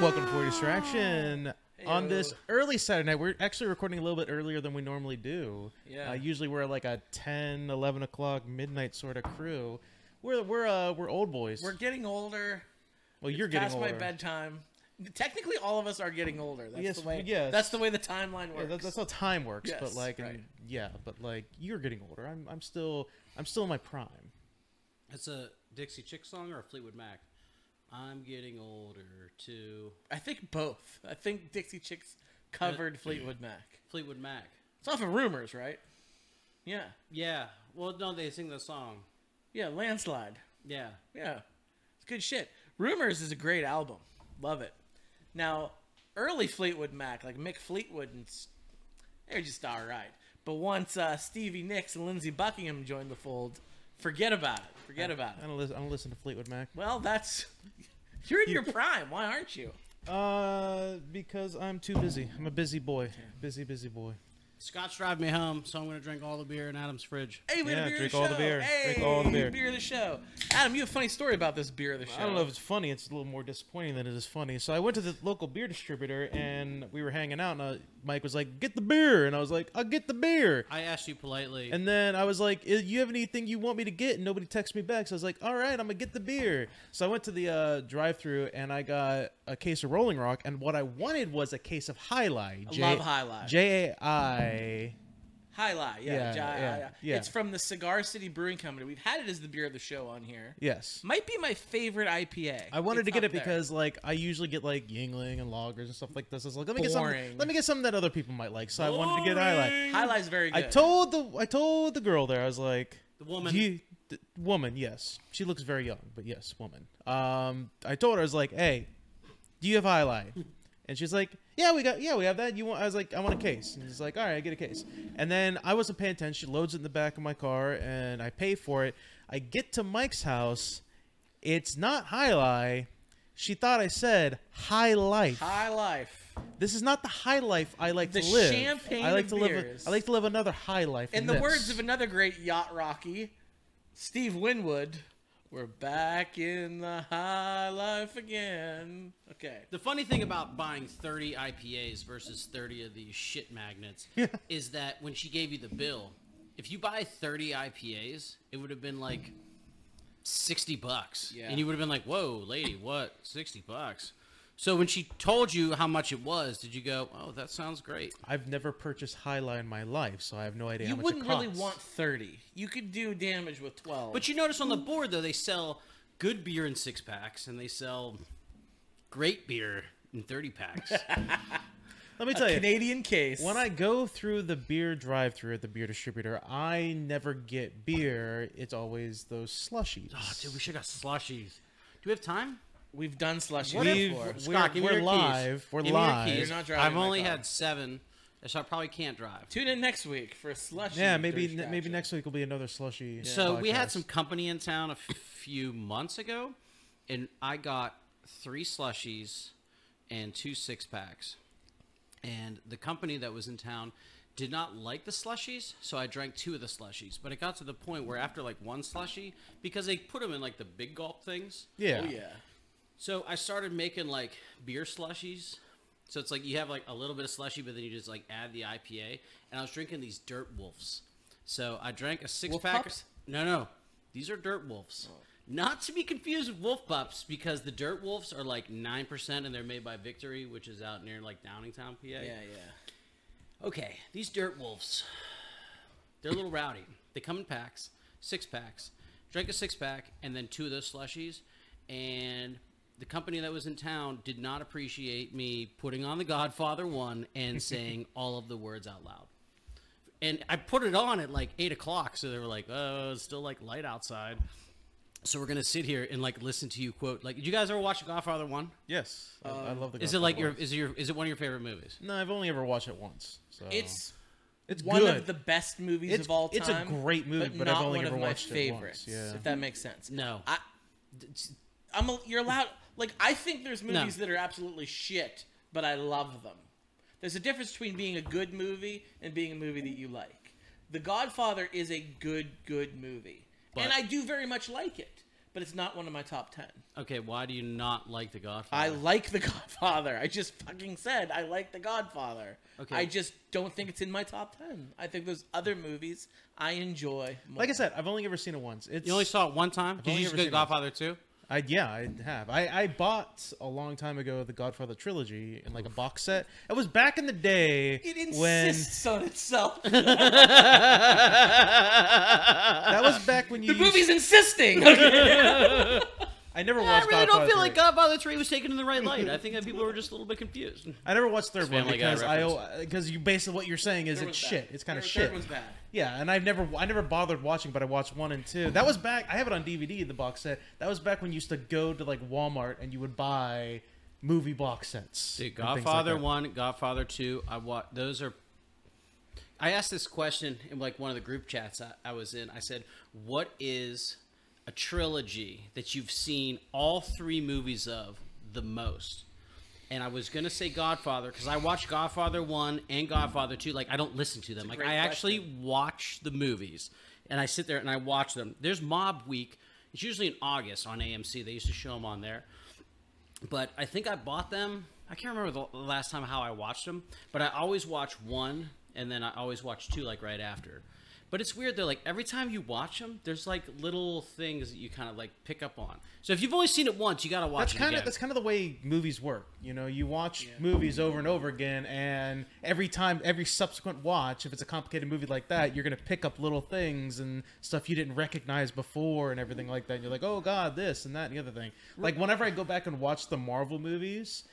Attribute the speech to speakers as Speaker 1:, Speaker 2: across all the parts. Speaker 1: Welcome to For Your Distraction. On this early Saturday night, we're actually recording a little bit earlier than we normally do.
Speaker 2: Yeah.
Speaker 1: Uh, usually we're like a 10, 11 o'clock, midnight sort of crew. We're we're uh, we're old boys.
Speaker 2: We're getting older.
Speaker 1: well, you're getting
Speaker 2: Past
Speaker 1: older.
Speaker 2: my bedtime. Technically, all of us are getting older. That's
Speaker 1: Yes,
Speaker 2: the way.
Speaker 1: yes.
Speaker 2: That's the way the timeline works.
Speaker 1: Yeah, that, that's how time works. but
Speaker 2: Yes,
Speaker 1: like,
Speaker 2: right.
Speaker 1: and, yeah, but like you're getting older. I'm I'm still I'm still in my prime.
Speaker 3: That's a Dixie Chick song or a Fleetwood Mac? I'm getting older too.
Speaker 2: I think both. I think Dixie Chicks covered Fleetwood Mac.
Speaker 3: Fleetwood Mac.
Speaker 2: It's off of Rumors, right? Yeah.
Speaker 3: Yeah. Well, no, they sing the song.
Speaker 2: Yeah. Landslide.
Speaker 3: Yeah.
Speaker 2: Yeah. It's good shit. Rumors is a great album. Love it. Now, early Fleetwood Mac, like Mick Fleetwood and s- they're just all right. But once uh, Stevie Nicks and Lindsey Buckingham joined the fold, forget about it. Forget about
Speaker 1: I
Speaker 2: it.
Speaker 1: don't listen. I don't listen to Fleetwood Mac.
Speaker 2: Well, that's you're in your prime. Why aren't you?
Speaker 1: Uh, because I'm too busy. I'm a busy boy. Busy, busy boy.
Speaker 3: Scott's drive me home, so I'm gonna drink all the beer in Adam's fridge.
Speaker 2: Hey, we had
Speaker 1: Yeah,
Speaker 2: a beer
Speaker 1: drink
Speaker 2: of the
Speaker 1: all
Speaker 2: show.
Speaker 1: the beer.
Speaker 2: Hey,
Speaker 1: Drink all the beer.
Speaker 2: of the show. Adam, you have a funny story about this beer of the show.
Speaker 1: I don't know if it's funny. It's a little more disappointing than it is funny. So I went to the local beer distributor and we were hanging out, and uh Mike was like, "Get the beer," and I was like, "I'll get the beer."
Speaker 3: I asked you politely.
Speaker 1: And then I was like, "Eh, "You have anything you want me to get?" And nobody texted me back, so I was like, "All right, I'm gonna get the beer." So I went to the uh, drive-through and I got a case of Rolling Rock, and what I wanted was a case of High Life.
Speaker 2: love High Life.
Speaker 1: J A I.
Speaker 2: High Lie, yeah,
Speaker 1: Yeah,
Speaker 2: Jai-
Speaker 1: yeah,
Speaker 2: I- I-
Speaker 1: yeah.
Speaker 2: It's from the Cigar City Brewing Company. We've had it as the beer of the show on here.
Speaker 1: Yes.
Speaker 2: Might be my favorite IPA.
Speaker 1: I wanted
Speaker 2: It's
Speaker 1: to get
Speaker 2: up
Speaker 1: it
Speaker 2: there.
Speaker 1: because like I usually get like Yingling and lagers and stuff like this. I was like, let me get
Speaker 2: Boring.
Speaker 1: something. Let me get something that other people might like. So I wanted to get Highlight.
Speaker 2: High Lie's very
Speaker 1: I
Speaker 2: good.
Speaker 1: told the I told the girl there. I was like,
Speaker 3: the woman.
Speaker 1: "You- th- woman, yes, she looks very young, but yes, woman. Um, I told her I was like, hey, do you have highlight? And she's like, yeah, we got, yeah, we have that. You want? I was like, I want a case. And she's like, all right, I get a case. And then I wasn't paying attention. She loads it in the back of my car, and I pay for it. I get to Mike's house. It's not highlight. She thought I said high life.
Speaker 2: High Life.
Speaker 1: This is not the high life I like
Speaker 2: The
Speaker 1: to live.
Speaker 2: champagne
Speaker 1: I like
Speaker 2: of
Speaker 1: to live. a-
Speaker 2: beers.
Speaker 1: I like to live another high life. than
Speaker 2: In the
Speaker 1: this.
Speaker 2: words of another great yacht rocky, Steve Winwood, we're back in the high life again. Okay.
Speaker 3: The funny thing about buying 30 IPAs versus 30 of these shit magnets is that when she gave you the bill, if you buy 30 IPAs, it would have been like 60 bucks.
Speaker 2: Yeah.
Speaker 3: And you would have been like, whoa, lady, what? 60 bucks. So when she told you how much it was, did you go, oh, that sounds great?
Speaker 1: I've never purchased High Line in my life, so I have no idea
Speaker 2: You
Speaker 1: how much
Speaker 2: wouldn't
Speaker 1: it costs.
Speaker 2: really want 30. You could do damage with 12.
Speaker 3: But you notice on the board, though, they sell good beer in six packs and they sell great beer in 30 packs.
Speaker 1: Let me tell you,
Speaker 2: Canadian case.
Speaker 1: when I go through the beer drive-through at the beer distributor, I never get beer. It's always those slushies.
Speaker 3: oh, dude, we should have got slushies. Do we have time?
Speaker 2: We've done slushy
Speaker 1: What if-
Speaker 2: before.
Speaker 1: We're- we're live. We're
Speaker 3: Give me your
Speaker 1: live.
Speaker 3: keys.
Speaker 2: You're not driving
Speaker 3: I've
Speaker 2: my
Speaker 3: only
Speaker 2: car.
Speaker 3: had seven, so I probably can't drive.
Speaker 2: Tune in next week for a slushy.
Speaker 1: yeah, maybe
Speaker 2: distraction.
Speaker 1: maybe next week will be another slushie.
Speaker 3: So we had
Speaker 1: podcast.
Speaker 3: some company in town a f- few months ago, and I got three slushies and two six packs. And the company that was in town did not like the slushies, so I drank two of the slushies. But it got to the point where after like one slushie, because they put them in like the big gulp things,
Speaker 1: yeah.
Speaker 2: Oh, yeah.
Speaker 3: so I started making like beer slushies. So it's like you have like a little bit of slushy, but then you just like add the IPA. And I was drinking these dirt wolves. So I drank a six
Speaker 2: Wolf
Speaker 3: pack.
Speaker 2: Pups? Oh.
Speaker 3: No, no, these are dirt wolves. Not to be confused with wolf pups, because the dirt wolves are like nine percent, and they're made by Victory, which is out near like Downingtown, PA.
Speaker 2: Yeah, yeah.
Speaker 3: Okay, these dirt wolves. They're a little rowdy. They come in packs, six packs. Drank a six pack and then two of those slushies, and the company that was in town did not appreciate me putting on the Godfather one and saying all of the words out loud. And I put it on at like eight o'clock, so they were like, "Oh, it's still like light outside." So we're gonna sit here and like listen to you quote. Like, did you guys ever watch The Godfather one?
Speaker 1: Yes, I,
Speaker 2: Um,
Speaker 1: I love the.
Speaker 3: Is it like your
Speaker 1: Godfather.
Speaker 3: is it your is it one of your favorite movies?
Speaker 1: No, I've only ever watched it once. So
Speaker 2: It's
Speaker 1: it's
Speaker 2: one
Speaker 1: good.
Speaker 2: of the best movies
Speaker 1: It's-
Speaker 2: of all time.
Speaker 1: it's a great movie, but I've
Speaker 2: not
Speaker 1: only
Speaker 2: one
Speaker 1: ever
Speaker 2: of my
Speaker 1: watched it once,
Speaker 2: favorites.
Speaker 1: yeah.
Speaker 2: If that makes sense.
Speaker 3: No.
Speaker 2: I, I'm. A, you're allowed. Like I think there's movies
Speaker 3: No.
Speaker 2: that are absolutely shit, but I love them. There's a difference between being a good movie and being a movie that you like. The Godfather is a good, good movie, and
Speaker 3: But-
Speaker 2: I do very much like it. But it's not one of my top ten.
Speaker 3: Okay, why do you not like The
Speaker 2: I
Speaker 3: Godfather?
Speaker 2: like The Godfather. I just fucking said I like The Godfather.
Speaker 3: Okay.
Speaker 2: I just don't think it's in my top ten. I think there's other movies I enjoy. More.
Speaker 1: like I said, I've only ever seen it once. It's
Speaker 3: you only saw it one time. Did
Speaker 1: only
Speaker 3: you just
Speaker 1: ever
Speaker 3: go
Speaker 1: seen it
Speaker 3: Godfather two?
Speaker 1: I, yeah, I have. I, I bought a long time ago the Godfather trilogy in like a box set. It was back in the day
Speaker 2: it
Speaker 1: when
Speaker 2: insists on itself.
Speaker 1: that was back when you.
Speaker 2: the
Speaker 1: used-
Speaker 2: movie's insisting. Okay.
Speaker 1: I never
Speaker 3: I
Speaker 1: watched.
Speaker 3: really don't
Speaker 1: Godfather
Speaker 3: feel like
Speaker 1: three.
Speaker 3: Godfather Three was taken in the right light. I think that people were just a little bit confused.
Speaker 1: I never watched third one
Speaker 3: Family Guy
Speaker 1: because I because you basically what you're saying is
Speaker 2: Third
Speaker 1: it's
Speaker 2: one's bad.
Speaker 1: shit. It's kind of
Speaker 2: Third-
Speaker 1: shit.
Speaker 2: Third one's bad.
Speaker 1: Yeah, and I've never I never bothered watching, but I watched one and two. That was back. I have it on DVD, the box set. That was back when you used to go to like Walmart and you would buy movie box sets.
Speaker 3: Dude,
Speaker 1: and things like
Speaker 3: Godfather
Speaker 1: that.
Speaker 3: One, Godfather Two. I wa- those are. I asked this question in like one of the group chats I, I was in. I said, "What is a trilogy that you've seen all three movies of the most?" And I was gonna say Godfather because I watched Godfather One and Godfather Two. Like I don't listen to them. Like
Speaker 2: great
Speaker 3: I actually watch the movies and I sit there and I watch them. There's Mob Week. It's usually in August on AMC. They used to show them on there but I think I bought them. I can't remember the last time how I watched them, but I always watch one and then I always watch two like right after. But it's weird. They're like every time you watch them, there's like little things that you kind of like pick up on. So if you've only seen it once, you gotta watch
Speaker 1: That's
Speaker 3: it
Speaker 1: kind
Speaker 3: again.
Speaker 1: of that's kind of the way movies work. You know, you watch movies over and over again, and every time, every subsequent watch, if it's a complicated movie like that, you're gonna pick up little things and stuff you didn't recognize before, and everything like that. And you're like, oh god, this and that and the other thing. Like whenever I go back and watch the Marvel movies.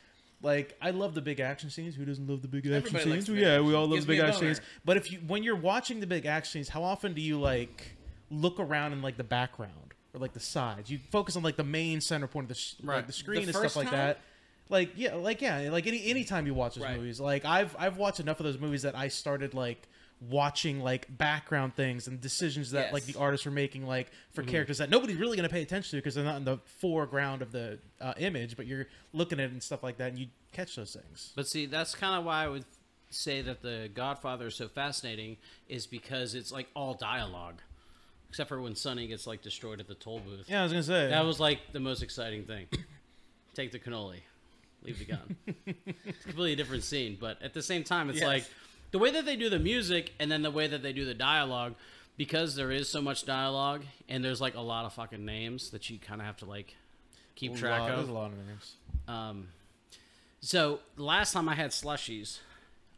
Speaker 1: Like I love the big action scenes. Who doesn't love the big action
Speaker 2: Everybody likes
Speaker 1: scenes?
Speaker 2: the big
Speaker 1: yeah,
Speaker 2: action.
Speaker 1: we all love
Speaker 2: Gives
Speaker 1: the big
Speaker 2: me a
Speaker 1: action
Speaker 2: boner.
Speaker 1: scenes. But if you when you're watching the big action scenes, how often do you like look around in like the background or like the sides? You focus on like the main center point of the, sh- like,
Speaker 3: Right.
Speaker 1: the screen
Speaker 2: The
Speaker 1: and stuff
Speaker 2: first
Speaker 1: like
Speaker 2: time?
Speaker 1: that. Like yeah, like yeah, like any any time you watch those
Speaker 2: Right.
Speaker 1: movies, like I've I've watched enough of those movies that I started like watching like background things and decisions that like
Speaker 2: Yes.
Speaker 1: the artists were making like for characters that nobody's really going to pay attention to because they're not in the foreground of the uh, image but you're looking at it and stuff like that and you catch those things
Speaker 3: But see, that's kind of why I would say that the Godfather is so fascinating is because it's like all dialogue, except for when Sonny gets like destroyed at the toll booth.
Speaker 1: yeah i was gonna say
Speaker 3: That was like the most exciting thing. Take the cannoli, leave the gun. it's a completely different scene, but at the same time, it's
Speaker 1: Yes.
Speaker 3: like the way that they do the music and then the way that they do the dialogue, because there is so much dialogue and there's like a lot of fucking names that you kind of have to like keep track
Speaker 1: lot,
Speaker 3: of.
Speaker 1: there's a lot of names
Speaker 3: Um, so last time I had slushies,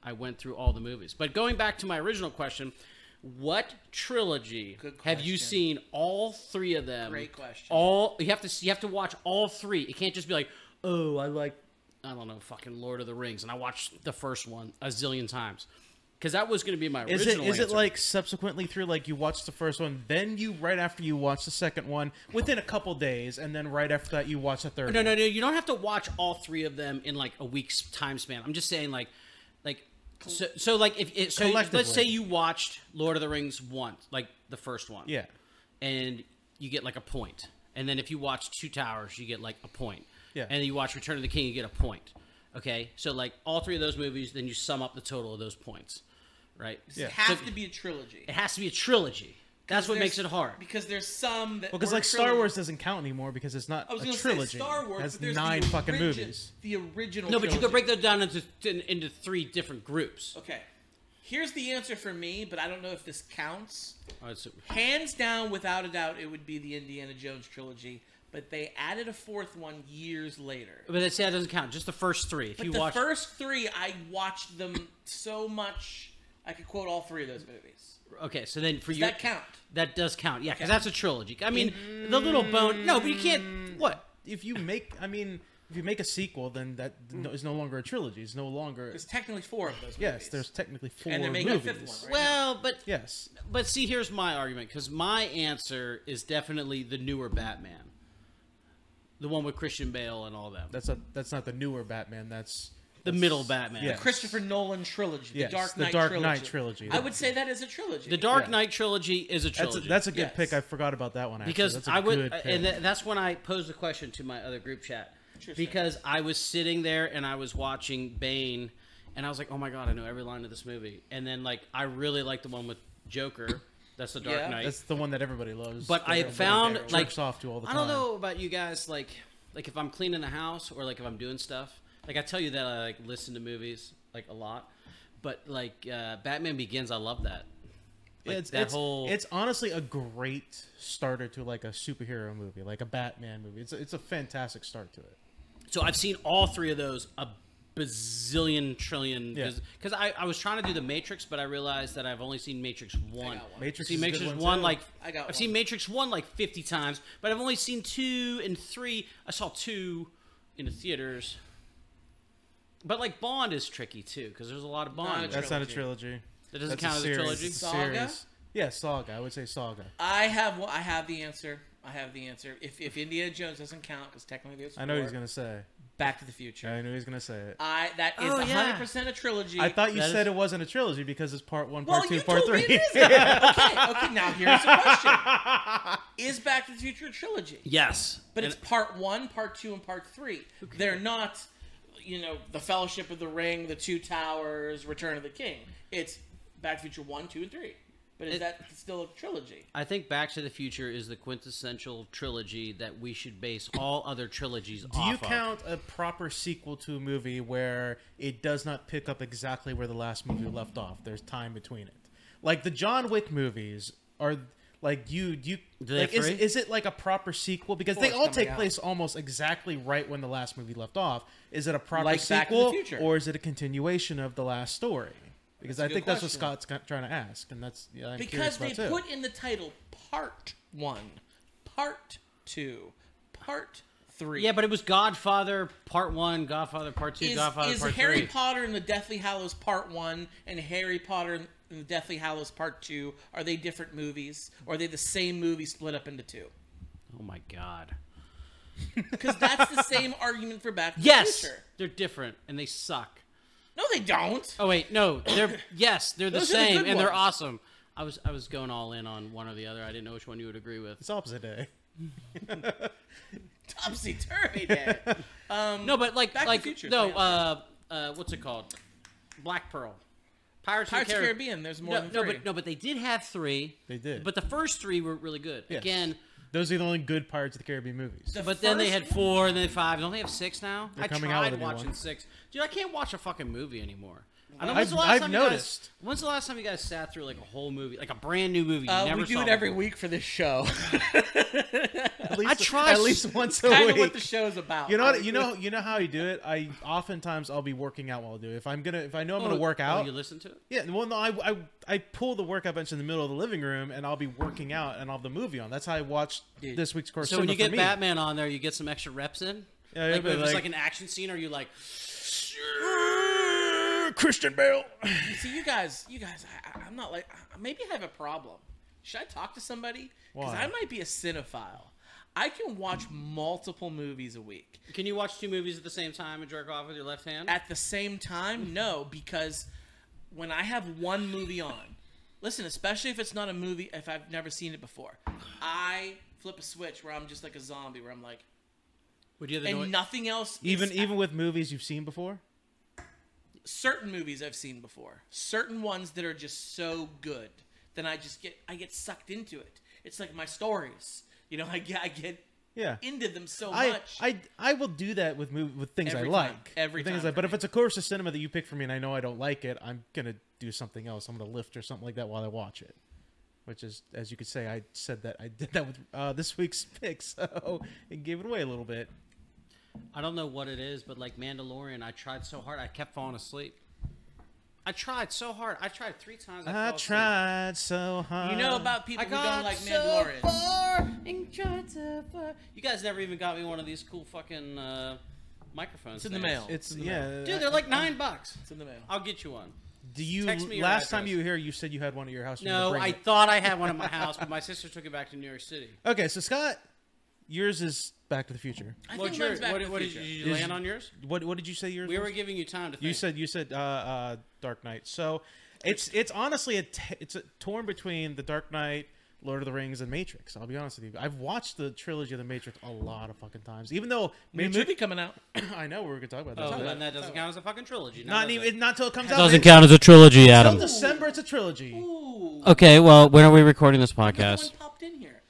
Speaker 3: I went through all the movies. But going back to my original question, what trilogy
Speaker 2: Good
Speaker 3: have you
Speaker 2: question.
Speaker 3: seen all three of them?
Speaker 2: Great question.
Speaker 3: All you have to you have to watch all three. It can't just be like, oh, I like I don't know, fucking Lord of the Rings, and I watched the first one a zillion times because that was going to be my
Speaker 1: Is it
Speaker 3: original.
Speaker 1: is it
Speaker 3: answer.
Speaker 1: like subsequently through like you watch the first one, then you right after you watch the second one within a couple days, and then right after that you watch the third?
Speaker 3: No,
Speaker 1: one?
Speaker 3: no, no. You don't have to watch all three of them in like a week's time span. I'm just saying, like, like, so, so like, if it, so, let's say
Speaker 1: Collectively.
Speaker 3: you watched Lord of the Rings once, like the first one,
Speaker 1: Yeah.
Speaker 3: and you get like a point, and then if you watch Two Towers, you get like a point,
Speaker 1: Yeah.
Speaker 3: and then you watch Return of the King, you get a point. Okay, so like all three of those movies, then you sum up the total of those points, right?
Speaker 1: Yeah.
Speaker 2: It has to be a trilogy.
Speaker 3: It has to be a trilogy. That's what
Speaker 2: There's-
Speaker 3: makes it hard.
Speaker 2: because there's some that
Speaker 1: Because
Speaker 2: were
Speaker 1: like Star
Speaker 2: trilogy-
Speaker 1: Wars doesn't count anymore because it's not
Speaker 2: I was
Speaker 1: a
Speaker 2: gonna
Speaker 1: trilogy.
Speaker 2: say Star Wars
Speaker 1: It has
Speaker 2: but there's
Speaker 1: nine
Speaker 2: the
Speaker 1: fucking
Speaker 2: origi-
Speaker 1: movies.
Speaker 2: The original.
Speaker 3: No, but
Speaker 2: trilogy.
Speaker 3: you could break that down into into three different
Speaker 1: Oh.
Speaker 3: groups.
Speaker 2: Okay, here's the answer for me, but I don't know if this counts.
Speaker 3: All right, so-
Speaker 2: Hands down, without a doubt, it would be the Indiana Jones trilogy. But they added a fourth one years later.
Speaker 3: But that, see, that doesn't count. Just the first three. If
Speaker 2: But
Speaker 3: you
Speaker 2: the
Speaker 3: watch,
Speaker 2: first three, I watched them so much, I could quote all three of those movies.
Speaker 3: okay, so then for
Speaker 2: Does
Speaker 3: you,
Speaker 2: that count? Mm.
Speaker 3: that does count. Yeah, because that's a trilogy. I mean, the little bone. No, but you can't. What?
Speaker 1: if you make, I mean, if you make a sequel, then that no, is no longer a trilogy. It's no longer.
Speaker 2: There's technically four of those.
Speaker 1: Yes,
Speaker 2: movies.
Speaker 1: there's technically four
Speaker 2: and they're making
Speaker 1: movies.
Speaker 2: a fifth one. Right
Speaker 3: Well, but
Speaker 1: Yes,
Speaker 3: but see, here's my argument because my answer is definitely the newer Batman, the one with Christian Bale and all them,
Speaker 1: that's a that's not the newer Batman. That's
Speaker 3: the middle Batman.
Speaker 1: Yeah.
Speaker 2: now. Christopher Nolan trilogy, the
Speaker 1: Yes,
Speaker 2: Dark
Speaker 1: the
Speaker 2: Knight
Speaker 1: Dark
Speaker 2: trilogy.
Speaker 1: Knight trilogy.
Speaker 2: I would say that is a trilogy.
Speaker 3: The Dark
Speaker 1: Yeah.
Speaker 3: Knight trilogy is a
Speaker 1: that's a,
Speaker 3: trilogy.
Speaker 1: that's a good
Speaker 2: Yes.
Speaker 1: pick. I forgot about that one. Actually.
Speaker 3: because
Speaker 1: that's a
Speaker 3: I would, uh,
Speaker 1: good pick.
Speaker 3: and tha- that's when I posed the question to my other group chat
Speaker 2: Interesting.
Speaker 3: because I was sitting there and I was watching Bane, and I was like, oh my god, I know every line of this movie, and then like I really like the one with Joker. That's the Dark
Speaker 2: Yeah.
Speaker 3: Knight.
Speaker 1: that's the one that everybody loves.
Speaker 3: But
Speaker 1: that
Speaker 3: I
Speaker 1: everybody
Speaker 3: found
Speaker 1: jerks
Speaker 3: like
Speaker 1: off to all the
Speaker 3: I don't
Speaker 1: time.
Speaker 3: know about you guys, like like if I'm cleaning the house or like if I'm doing stuff. Like I tell you that I like listen to movies like a lot, but like uh, Batman Begins, I love that. Like,
Speaker 1: it's
Speaker 3: that
Speaker 1: it's,
Speaker 3: whole
Speaker 1: it's honestly a great starter to like a superhero movie, like a Batman movie. It's a, it's a fantastic start to it.
Speaker 3: So I've seen all three of those a bazillion trillion
Speaker 1: Yeah.
Speaker 3: because I, I was trying to do the Matrix, but I realized that I've only seen Matrix one.
Speaker 2: got one.
Speaker 1: Matrix
Speaker 3: See
Speaker 1: is a good
Speaker 3: Matrix
Speaker 1: one,
Speaker 3: one
Speaker 1: too.
Speaker 3: like
Speaker 2: I got
Speaker 3: I've
Speaker 2: one.
Speaker 3: seen Matrix one like fifty times, but I've only seen two and three. I saw two in the theaters. But like Bond is tricky too because there's a lot of Bond.
Speaker 2: a
Speaker 3: That
Speaker 1: That's not a
Speaker 2: Trilogy.
Speaker 1: trilogy.
Speaker 3: doesn't
Speaker 1: That's
Speaker 3: count as a
Speaker 1: series.
Speaker 3: trilogy.
Speaker 1: It's a
Speaker 2: Saga?
Speaker 1: series. Yeah, saga. I would say saga.
Speaker 2: I have one- I have the answer. I have the answer. If if Indiana Jones doesn't count because technically there's
Speaker 1: I know
Speaker 2: four,
Speaker 1: he's gonna say.
Speaker 2: Back to the Future.
Speaker 1: I know he's gonna say it.
Speaker 2: I that is
Speaker 3: Oh,
Speaker 2: a
Speaker 3: yeah.
Speaker 2: 100% a trilogy.
Speaker 1: I thought you
Speaker 3: That
Speaker 1: said
Speaker 3: is-
Speaker 1: it wasn't a trilogy because it's part one, part
Speaker 2: well,
Speaker 1: two,
Speaker 2: you
Speaker 1: part
Speaker 2: told me
Speaker 1: three.
Speaker 2: it is. okay, okay, now here's the question. Is Back to the Future a trilogy?
Speaker 3: Yes,
Speaker 2: But
Speaker 3: And-
Speaker 2: it's part one, part two, and part three. They're not, you know, the Fellowship of the Ring, the Two Towers, Return of the King. It's Back to the Future one, two, and three. But is
Speaker 3: It-
Speaker 2: that still a trilogy?
Speaker 3: I think Back to the Future is the quintessential trilogy that we should base all other trilogies
Speaker 1: Do
Speaker 3: off
Speaker 1: you
Speaker 3: of.
Speaker 1: count a proper sequel to a movie where it does not pick up exactly where the last movie left off? There's time between it. Like the John Wick movies are like you do you
Speaker 3: they
Speaker 1: like,
Speaker 3: have
Speaker 1: is,
Speaker 3: three?
Speaker 1: is it like a proper sequel because they
Speaker 2: it's
Speaker 1: all take
Speaker 2: coming out.
Speaker 1: place almost exactly right when the last movie left off. Is it a proper
Speaker 2: Like Back to the
Speaker 1: sequel
Speaker 2: Future.
Speaker 1: or is it a continuation of the last story? Because I
Speaker 2: good
Speaker 1: think that's what
Speaker 2: question.
Speaker 1: Scott's got- trying to ask, and that's yeah, I'm
Speaker 2: Because
Speaker 1: curious
Speaker 2: they
Speaker 1: about too.
Speaker 2: put in the title part one, part two, part three.
Speaker 3: Yeah, but it was Godfather Part One, Godfather Part Two,
Speaker 2: is,
Speaker 3: Godfather
Speaker 2: is
Speaker 3: Part
Speaker 2: Harry
Speaker 3: Three.
Speaker 2: Potter and the Deathly Hallows Part One and Harry Potter and the Deathly Hallows Part Two are they different movies or are they the same movie split up into two?
Speaker 3: oh my God!
Speaker 2: Because that's the same argument for Back to
Speaker 3: Yes,
Speaker 2: the Future.
Speaker 3: they're different and they suck.
Speaker 2: No, they don't.
Speaker 3: Oh wait, no, they're yes, they're the
Speaker 2: Those are the
Speaker 3: same
Speaker 2: good
Speaker 3: and they're
Speaker 2: ones.
Speaker 3: awesome. I was I was going all in on one or the other. I didn't know which one you would agree with.
Speaker 1: it's opposite day.
Speaker 2: Topsy turvy. Dad.
Speaker 3: No, but
Speaker 2: Mm. Back
Speaker 3: like
Speaker 2: to the
Speaker 3: like
Speaker 2: Future's
Speaker 3: no,
Speaker 2: the
Speaker 3: uh, uh, what's it called? Black Pearl, Pirates,
Speaker 2: Pirates of
Speaker 3: of
Speaker 2: the
Speaker 3: Carib-
Speaker 2: Caribbean. There's more than
Speaker 3: No, no,
Speaker 2: three.
Speaker 3: but no, but they did have three.
Speaker 1: They did.
Speaker 3: But the first three were really good.
Speaker 1: Yes.
Speaker 3: Again,
Speaker 1: Those are the only good Pirates of the Caribbean movies.
Speaker 2: The
Speaker 3: But then they
Speaker 2: first
Speaker 3: had four, and then five. Don't they have six now? I
Speaker 1: coming out
Speaker 3: tried
Speaker 1: with a new
Speaker 3: watching
Speaker 1: one.
Speaker 3: six. Dude, I can't watch a fucking movie anymore. I know,
Speaker 1: I've- I've noticed.
Speaker 3: You guys, when's the last time you guys sat through like a whole movie, like a brand new movie? You
Speaker 2: Uh,
Speaker 3: never
Speaker 2: we do
Speaker 3: saw
Speaker 2: it every
Speaker 3: before?
Speaker 2: week for this show.
Speaker 1: At least,
Speaker 3: I try
Speaker 1: at
Speaker 3: s-
Speaker 1: least once a
Speaker 2: kind
Speaker 1: week.
Speaker 2: of what the show's about.
Speaker 1: You know,
Speaker 3: Oh,
Speaker 1: what, you know, you know how you do it. I oftentimes I'll be working out while I do it. If I'm gonna, if I know I'm gonna
Speaker 3: Oh,
Speaker 1: work
Speaker 3: oh,
Speaker 1: out,
Speaker 3: you listen to it?
Speaker 1: yeah. Well, no, I, I, I pull the workout bench in the middle of the living room, and I'll be working out, and I'll have the movie on. That's how I watched
Speaker 2: Dude.
Speaker 1: this week's course.
Speaker 3: So when
Speaker 1: Cinema
Speaker 3: you get
Speaker 1: for me.
Speaker 3: Batman on there, you get some extra reps in.
Speaker 1: Yeah, yeah,
Speaker 3: like,
Speaker 1: but
Speaker 3: if it's
Speaker 1: like-
Speaker 3: like an action scene, are you like,
Speaker 1: Christian Bale.
Speaker 2: You see, you guys, you guys, I, I- I'm not like I- maybe I have a problem. Should I talk to somebody? Because
Speaker 1: Why?
Speaker 2: I might be a cinephile. I can watch multiple movies a week
Speaker 3: can you watch two movies at the same time and jerk off with your left hand?
Speaker 2: at the same time. No, because when I have one movie on, listen, especially if it's not a movie if I've never seen it before, I flip a switch where I'm just like a zombie, where I'm like,
Speaker 3: Would you have the
Speaker 2: and
Speaker 3: noise?
Speaker 2: nothing else.
Speaker 1: Even,
Speaker 2: is-
Speaker 1: even with movies you've seen before.
Speaker 2: certain movies I've seen before, certain ones that are just so good, then I just get I get sucked into it. It's like my stories, you know. I get I get
Speaker 1: Yeah.
Speaker 2: into them so
Speaker 1: I,
Speaker 2: much.
Speaker 1: I, I will do that with mov- with things
Speaker 2: Every
Speaker 1: I
Speaker 2: time.
Speaker 1: like.
Speaker 2: Every
Speaker 1: With things
Speaker 2: time
Speaker 1: I-
Speaker 2: for
Speaker 1: but if
Speaker 2: me.
Speaker 1: it's a course of cinema that you pick for me and I know I don't like it, I'm gonna do something else. I'm gonna lift or something like that while I watch it. Which is, as you could say, I said that I did that with uh, this week's pick, so it gave it away a little bit.
Speaker 3: I don't know what it is, but like Mandalorian, I tried so hard, I kept falling asleep.
Speaker 4: I tried so hard. I tried three times. I,
Speaker 1: I
Speaker 4: fell asleep.
Speaker 1: tried so hard.
Speaker 2: You know about people
Speaker 4: I
Speaker 2: who
Speaker 4: got
Speaker 2: don't like
Speaker 4: so
Speaker 2: Mandalorian.
Speaker 4: far and tried so far. You guys never even got me one of these cool fucking uh, microphones.
Speaker 2: It's in the
Speaker 4: things.
Speaker 2: mail.
Speaker 1: It's
Speaker 2: in the mail.
Speaker 1: yeah. Uh,
Speaker 4: Dude, they're like nine bucks.
Speaker 2: It's in the mail.
Speaker 4: I'll get you one.
Speaker 1: Do you
Speaker 4: Text me your
Speaker 1: last time
Speaker 4: address.
Speaker 1: you were here? You said you had one at your house. you were
Speaker 4: No,
Speaker 1: gonna
Speaker 4: I
Speaker 1: bring
Speaker 4: thought I had one at my house, but my sister took it back to New York City.
Speaker 1: it. Okay, so Scott, yours is Back to the Future.
Speaker 2: I
Speaker 4: What's
Speaker 2: think
Speaker 4: your-
Speaker 2: mine's back
Speaker 4: what,
Speaker 2: to the
Speaker 4: what did
Speaker 2: future.
Speaker 4: you, did you
Speaker 1: Is-
Speaker 4: land on yours?
Speaker 1: What What did you say yours?
Speaker 4: We
Speaker 1: was?
Speaker 4: were giving you time to think.
Speaker 1: You said you said uh, uh, Dark Knight. So it's it's honestly a t- it's a, torn between the Dark Knight, Lord of the Rings, and Matrix. I'll be honest with you. I've watched the trilogy of the Matrix a lot of fucking times, even though
Speaker 2: New
Speaker 1: Matrix.
Speaker 2: movie coming out.
Speaker 1: I know we were gonna talk about that.
Speaker 4: Oh,
Speaker 1: Talk about
Speaker 4: then
Speaker 1: it.
Speaker 4: that doesn't count as a fucking trilogy. now
Speaker 1: not
Speaker 4: does
Speaker 1: even
Speaker 4: it?
Speaker 1: not till it comes out.
Speaker 3: Doesn't
Speaker 1: Maybe-
Speaker 3: count as a trilogy,
Speaker 1: Till
Speaker 3: Adam.
Speaker 1: December, it's a trilogy.
Speaker 2: Ooh,
Speaker 3: Okay, well, when are we recording this
Speaker 2: another one
Speaker 3: podcast?
Speaker 2: popped in here.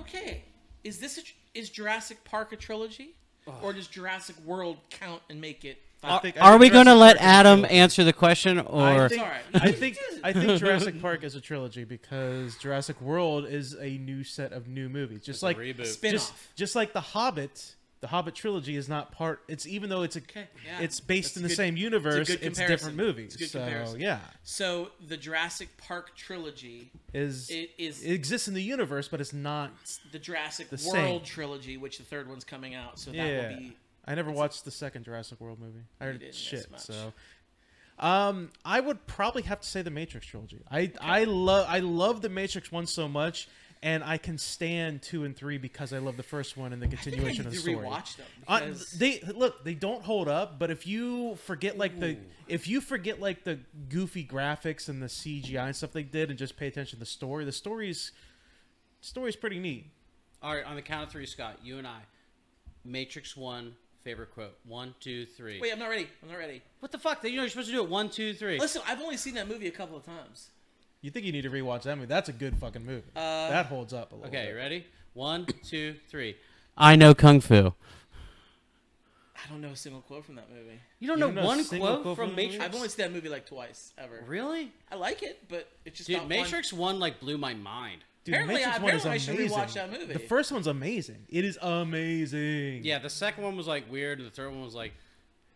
Speaker 2: Okay, is this a, tr- is Jurassic Park a trilogy, or does Jurassic World count and make it?
Speaker 1: I think- I
Speaker 3: Are
Speaker 1: think
Speaker 3: we going to
Speaker 1: Jurassic Park
Speaker 3: let
Speaker 1: is a
Speaker 3: Adam
Speaker 1: trilogy.
Speaker 3: answer the question,
Speaker 1: I
Speaker 3: or
Speaker 1: think,
Speaker 2: Sorry.
Speaker 1: I think I think Jurassic Park is a trilogy because Jurassic World is a new set of new movies. Just like
Speaker 4: reboot.
Speaker 1: Just,
Speaker 2: Spin-off.
Speaker 1: just like the Hobbit, the Hobbit trilogy is not part. It's even though it's a
Speaker 2: yeah.
Speaker 1: it's based
Speaker 2: That's
Speaker 1: in
Speaker 2: a
Speaker 1: the
Speaker 2: good-
Speaker 1: same universe.
Speaker 2: good
Speaker 1: It's,
Speaker 2: comparison.
Speaker 1: different movies.
Speaker 2: It's a good
Speaker 1: so
Speaker 2: comparison.
Speaker 1: yeah,
Speaker 2: So the Jurassic Park trilogy
Speaker 1: is
Speaker 2: it
Speaker 1: it,
Speaker 2: is
Speaker 1: exists in the universe, but it's not.
Speaker 2: the Jurassic
Speaker 1: the
Speaker 2: World
Speaker 1: same.
Speaker 2: trilogy, which the third one's coming out. So that
Speaker 1: yeah,
Speaker 2: will be
Speaker 1: I never watched the second Jurassic World movie. I heard
Speaker 2: didn't
Speaker 1: it's
Speaker 2: miss
Speaker 1: shit.
Speaker 2: much.
Speaker 1: So. Um, I would probably have to say the Matrix trilogy. I I love I love the Matrix one so much, and I can stand two and three because I love the first one and the
Speaker 2: I think I
Speaker 1: continuation
Speaker 2: need
Speaker 1: of
Speaker 2: to
Speaker 1: the story.
Speaker 2: rewatch them.
Speaker 1: Uh,
Speaker 2: because-
Speaker 1: they look they don't hold up but if you forget like the if you forget like the goofy graphics and the cgi and stuff they did and just pay attention to the story the story's story's pretty neat
Speaker 4: All right, on the count of three, Scott, you and I. Matrix One favorite quote. One, two, three.
Speaker 2: Wait, I'm not ready. I'm not ready.
Speaker 4: what the fuck? You know you're supposed to do it. One, two, three.
Speaker 2: Listen, I've only seen that movie a couple of times.
Speaker 1: you think you need to rewatch that movie that's a good fucking movie
Speaker 2: Uh,
Speaker 1: that holds up a little
Speaker 4: okay,
Speaker 1: bit.
Speaker 4: ready? One, two, three.
Speaker 3: I know kung fu?
Speaker 2: I don't know a single quote from that movie.
Speaker 4: You don't know,
Speaker 1: You don't know a
Speaker 4: one
Speaker 1: single
Speaker 4: quote,
Speaker 1: quote
Speaker 4: from
Speaker 1: from the movie?
Speaker 4: Matrix.
Speaker 2: I've only seen that movie like twice ever.
Speaker 4: Really?
Speaker 2: I like it, but it's just
Speaker 4: Dude,
Speaker 2: not
Speaker 4: Matrix One like blew my mind.
Speaker 1: Dude,
Speaker 2: Apparently, I-
Speaker 1: Matrix one is
Speaker 2: apparently I should rewatch
Speaker 1: amazing.
Speaker 2: that movie.
Speaker 1: the first one's amazing it is amazing
Speaker 4: Yeah, the second one was like weird, and the third one was like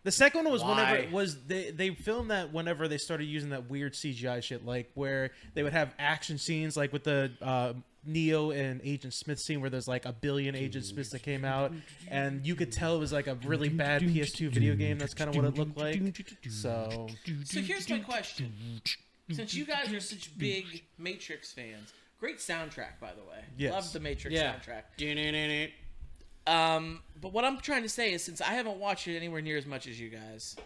Speaker 1: The second one was whenever
Speaker 4: Why?
Speaker 1: it was they they filmed that whenever they started using that weird CGI shit, like where they would have action scenes, like with the uh, Neo and Agent Smith scene, where there's like a billion Agent Smiths that came out, and you could tell it was like a really bad PS2 video game. That's kind of what it looked like. So
Speaker 2: one. So here's my question: Since you guys are such big Matrix fans, great soundtrack by the way.
Speaker 1: Yes.
Speaker 2: Love the Matrix
Speaker 4: yeah.
Speaker 2: soundtrack.
Speaker 4: Do-do-do-do.
Speaker 2: Um, but what I'm trying to say is, since I haven't watched it anywhere near as much as you guys,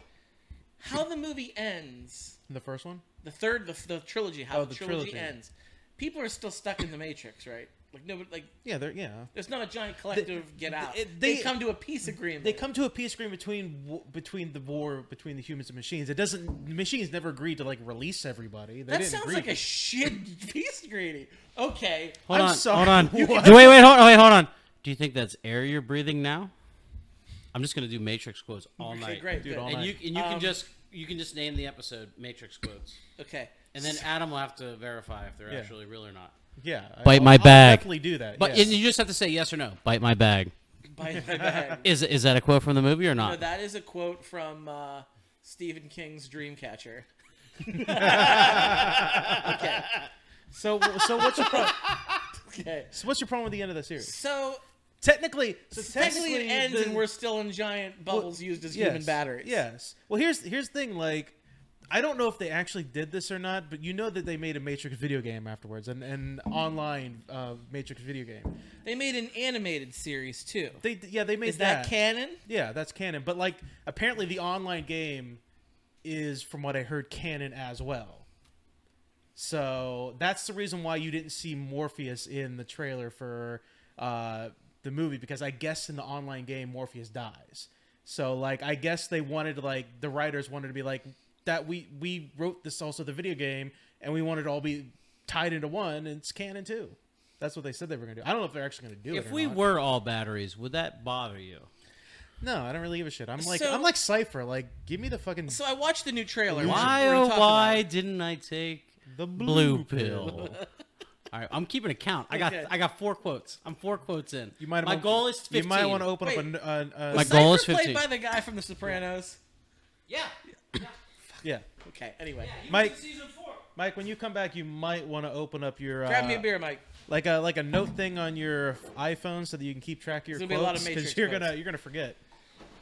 Speaker 2: how the movie ends,
Speaker 1: the first one,
Speaker 2: the third, the, the trilogy, how
Speaker 1: Oh,
Speaker 2: the,
Speaker 1: the
Speaker 2: trilogy,
Speaker 1: trilogy.
Speaker 2: ends, people are still stuck in the Matrix, right? Like nobody, like
Speaker 1: yeah, they're yeah.
Speaker 2: there's not a giant collective get out.
Speaker 1: it-
Speaker 2: they,
Speaker 1: they-
Speaker 2: come to a peace agreement.
Speaker 1: They come to a peace agreement between w- between the war between the humans and machines. It doesn't. The machines never agreed to like release everybody. They
Speaker 2: That
Speaker 1: didn't
Speaker 2: sounds
Speaker 1: agree.
Speaker 2: like a shit peace agreement. Okay,
Speaker 3: Hold
Speaker 1: I'm
Speaker 3: on,
Speaker 1: sorry.
Speaker 3: hold on.
Speaker 1: You
Speaker 3: Do- wait, wait, hold on, wait, hold on. Do you think that's air you're breathing now? I'm just going to do Matrix quotes all
Speaker 2: okay,
Speaker 4: night.
Speaker 2: great,
Speaker 1: Dude,
Speaker 2: good.
Speaker 1: all
Speaker 4: And
Speaker 1: night.
Speaker 4: you and you
Speaker 2: Um,
Speaker 4: can just you can just name the episode Matrix quotes,
Speaker 2: Okay,
Speaker 4: and then Adam will have to verify if they're
Speaker 1: Yeah.
Speaker 4: actually real or not.
Speaker 1: yeah, I-
Speaker 3: Bite
Speaker 1: I'll-
Speaker 3: my
Speaker 1: I'll
Speaker 3: bag.
Speaker 1: Definitely do that.
Speaker 3: But
Speaker 1: yes.
Speaker 3: and you just have to say yes or no. Bite my bag.
Speaker 2: bite my bag.
Speaker 3: Is is that a quote from the movie or
Speaker 2: No,
Speaker 3: not?
Speaker 2: that is a quote from uh, Stephen King's Dreamcatcher.
Speaker 1: So, so what's your problem?
Speaker 2: Okay,
Speaker 1: So what's your problem with the end of the series?
Speaker 2: so
Speaker 1: Technically, so
Speaker 2: Technically, it ends,
Speaker 1: the-
Speaker 2: and we're still in giant bubbles
Speaker 1: Well,
Speaker 2: used as
Speaker 1: yes,
Speaker 2: human batteries.
Speaker 1: Yes. Well, here's here's the thing. Like, I don't know if they actually did this or not, but you know that they made a Matrix video game afterwards, and an online uh, Matrix video game.
Speaker 2: They made an animated series too.
Speaker 1: They yeah they made
Speaker 2: Is that canon?
Speaker 1: yeah that's canon. But like apparently the online game is from what I heard canon as well. So that's the reason why you didn't see Morpheus in the trailer for uh, the movie because I guess in the online game Morpheus dies. So like I guess they wanted to, like the writers wanted to be like that we we wrote this also the video game and we wanted to all be tied into one and it's canon too. That's what they said they were gonna do. I don't know if they're actually gonna do it.
Speaker 4: If
Speaker 1: or
Speaker 4: we
Speaker 1: not.
Speaker 4: were all batteries, would that bother you?
Speaker 1: No, I don't really give a shit. I'm like
Speaker 2: So-
Speaker 1: I'm like Cypher. Like, give me the fucking
Speaker 2: So I watched the new trailer.
Speaker 3: Why
Speaker 2: We're gonna
Speaker 3: oh
Speaker 2: talk
Speaker 3: why
Speaker 2: about it.
Speaker 3: didn't I take
Speaker 1: the
Speaker 3: blue pill? All right, I'm keeping a count. I got
Speaker 2: Okay.
Speaker 4: I got four quotes. I'm four quotes in.
Speaker 1: You might
Speaker 4: My
Speaker 1: want-
Speaker 4: goal is 15.
Speaker 1: You might want to open
Speaker 2: Wait.
Speaker 1: up a, a, a
Speaker 3: My
Speaker 2: Cypher
Speaker 3: goal is
Speaker 2: played
Speaker 3: 15.
Speaker 2: by the guy from The Sopranos.
Speaker 4: Yeah.
Speaker 1: Yeah,
Speaker 2: Okay. Anyway,
Speaker 1: Mike.
Speaker 2: season four.
Speaker 1: Mike, when you come back, you might want to open up your uh,
Speaker 2: Grab me a beer, Mike.
Speaker 1: like a like a note thing on your iPhone so that you can keep track of your
Speaker 2: There's gonna be a lot of
Speaker 1: quotes
Speaker 2: Matrix
Speaker 1: you're
Speaker 2: quotes.
Speaker 1: gonna you're gonna forget.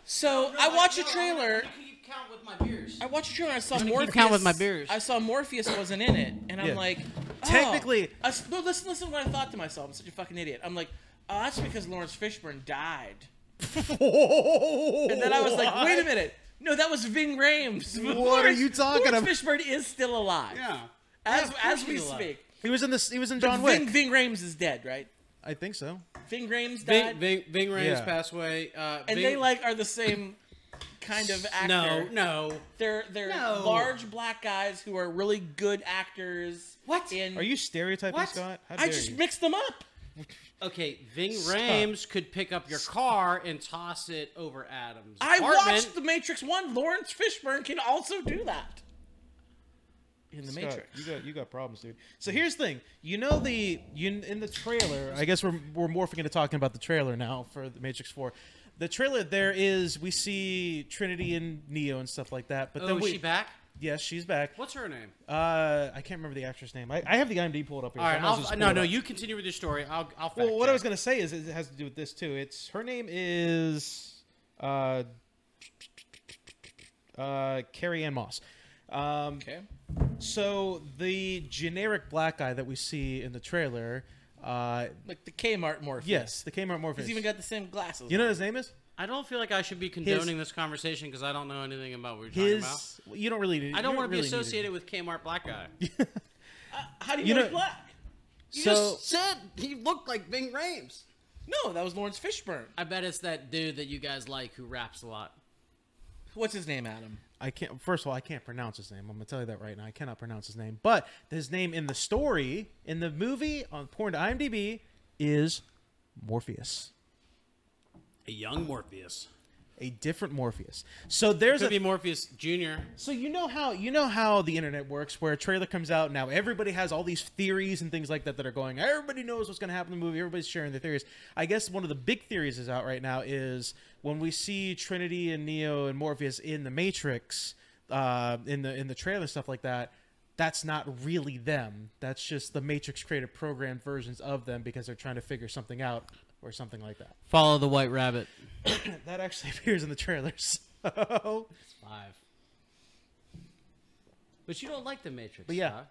Speaker 2: So I watched a trailer.
Speaker 4: keep count with my beers.
Speaker 2: I watched a trailer. and I saw
Speaker 4: gonna keep
Speaker 2: Morpheus.
Speaker 4: count with my beers.
Speaker 2: I saw Morpheus wasn't in it, and I'm
Speaker 1: Yeah.
Speaker 2: like, oh.
Speaker 1: Technically-
Speaker 2: I s- no, listen, listen. to What I thought to myself, I'm such a fucking idiot. I'm like, oh, that's because Lawrence Fishburne died. And then I was like, wait a minute. No, that was Ving Rhames.
Speaker 1: What are you talking
Speaker 2: Lawrence
Speaker 1: about?
Speaker 2: Fishburne is still alive.
Speaker 4: Yeah.
Speaker 2: As,
Speaker 4: of
Speaker 2: as
Speaker 4: course
Speaker 2: we
Speaker 4: he's alive.
Speaker 2: speak.
Speaker 1: He was in this. He was in
Speaker 2: But
Speaker 1: John
Speaker 2: Ving,
Speaker 1: Wick.
Speaker 2: Ving Rhames is dead, right?
Speaker 1: I think so.
Speaker 2: Ving Rhames died.
Speaker 4: Ving, Ving, Ving Rhames
Speaker 1: Yeah.
Speaker 4: passed away. Uh,
Speaker 2: and
Speaker 4: Ving-
Speaker 2: they like are the same kind of actor.
Speaker 4: No, no.
Speaker 2: They're they're
Speaker 4: No.
Speaker 2: large black guys who are really good actors.
Speaker 4: What?
Speaker 2: In
Speaker 1: Are you stereotyping
Speaker 4: What?
Speaker 1: Scott? How
Speaker 2: I
Speaker 1: dare
Speaker 2: just
Speaker 1: you.
Speaker 2: mixed them up.
Speaker 4: Okay.
Speaker 3: Ving
Speaker 1: Stop.
Speaker 3: Rhames could pick up your car and toss it over Adams.
Speaker 2: I
Speaker 3: apartment.
Speaker 2: watched The Matrix One. Lawrence Fishburne can also do that. In The
Speaker 1: Scott,
Speaker 2: Matrix.
Speaker 1: You got you got problems, dude. So here's the thing. You know the you in the trailer. I guess we're we're morphing into talking about the trailer now for the Matrix Four. The trailer there is we see Trinity and Neo and stuff like that. But
Speaker 3: Oh,
Speaker 1: then
Speaker 3: is
Speaker 1: we
Speaker 3: she back?
Speaker 1: yes, she's back.
Speaker 3: What's her name?
Speaker 1: Uh, I can't remember the actress name. I, I have the IMDb pulled up here.
Speaker 3: All
Speaker 1: so
Speaker 3: right,
Speaker 1: I might as
Speaker 3: I'll,
Speaker 1: well just pull
Speaker 3: no,
Speaker 1: it
Speaker 3: no.
Speaker 1: up.
Speaker 3: You continue with your story. I'll, I'll.
Speaker 1: Well, what I was
Speaker 3: fact
Speaker 1: gonna say is it has to do with this too. It's her name is uh, uh, Carrie Ann Moss. Um,
Speaker 2: Okay.
Speaker 1: so the generic black guy that we see in the trailer, uh,
Speaker 2: Like the Kmart Morpheus.
Speaker 1: yes, the Kmart Morpheus.
Speaker 2: He's even got the same glasses.
Speaker 1: you know what his name is?
Speaker 3: check. I don't feel like I should be condoning this conversation because I don't know anything about what you're talking about.
Speaker 1: His. You don't really.
Speaker 3: I don't
Speaker 1: you
Speaker 3: want to be
Speaker 1: really need it.
Speaker 3: associated with Kmart black guy.
Speaker 2: How do you,
Speaker 1: you
Speaker 2: know,
Speaker 1: know-
Speaker 2: he's black?
Speaker 3: You
Speaker 1: So-
Speaker 3: just said he looked like Ving Rhames.
Speaker 2: No, that was Lawrence Fishburne.
Speaker 3: I bet it's that dude that you guys like who raps a lot.
Speaker 2: What's his name, Adam?
Speaker 1: I can't. First of all, I can't pronounce his name. I'm gonna tell you that right now. I cannot pronounce his name. But his name in the story, in the movie, on porn to IMDb, is Morpheus,
Speaker 3: A young Morpheus.
Speaker 1: a different Morpheus. So there's
Speaker 3: Could
Speaker 1: a.
Speaker 3: be Morpheus Junior.
Speaker 1: so you know how you know how the internet works, where a trailer comes out now, everybody has all these theories and things like that that are going. Everybody knows what's gonna happen in the movie. Everybody's sharing their theories. I guess one of the big theories is out right now is when we see Trinity and Neo and Morpheus in the Matrix, uh, in the in the trailer stuff like that that's not really them. That's just the Matrix created programmed versions of them because they're trying to figure something out or something like that.
Speaker 3: Follow the White Rabbit.
Speaker 1: That actually appears in the trailers. So,
Speaker 3: Five. But you don't like the Matrix.
Speaker 1: But yeah.
Speaker 3: Scott.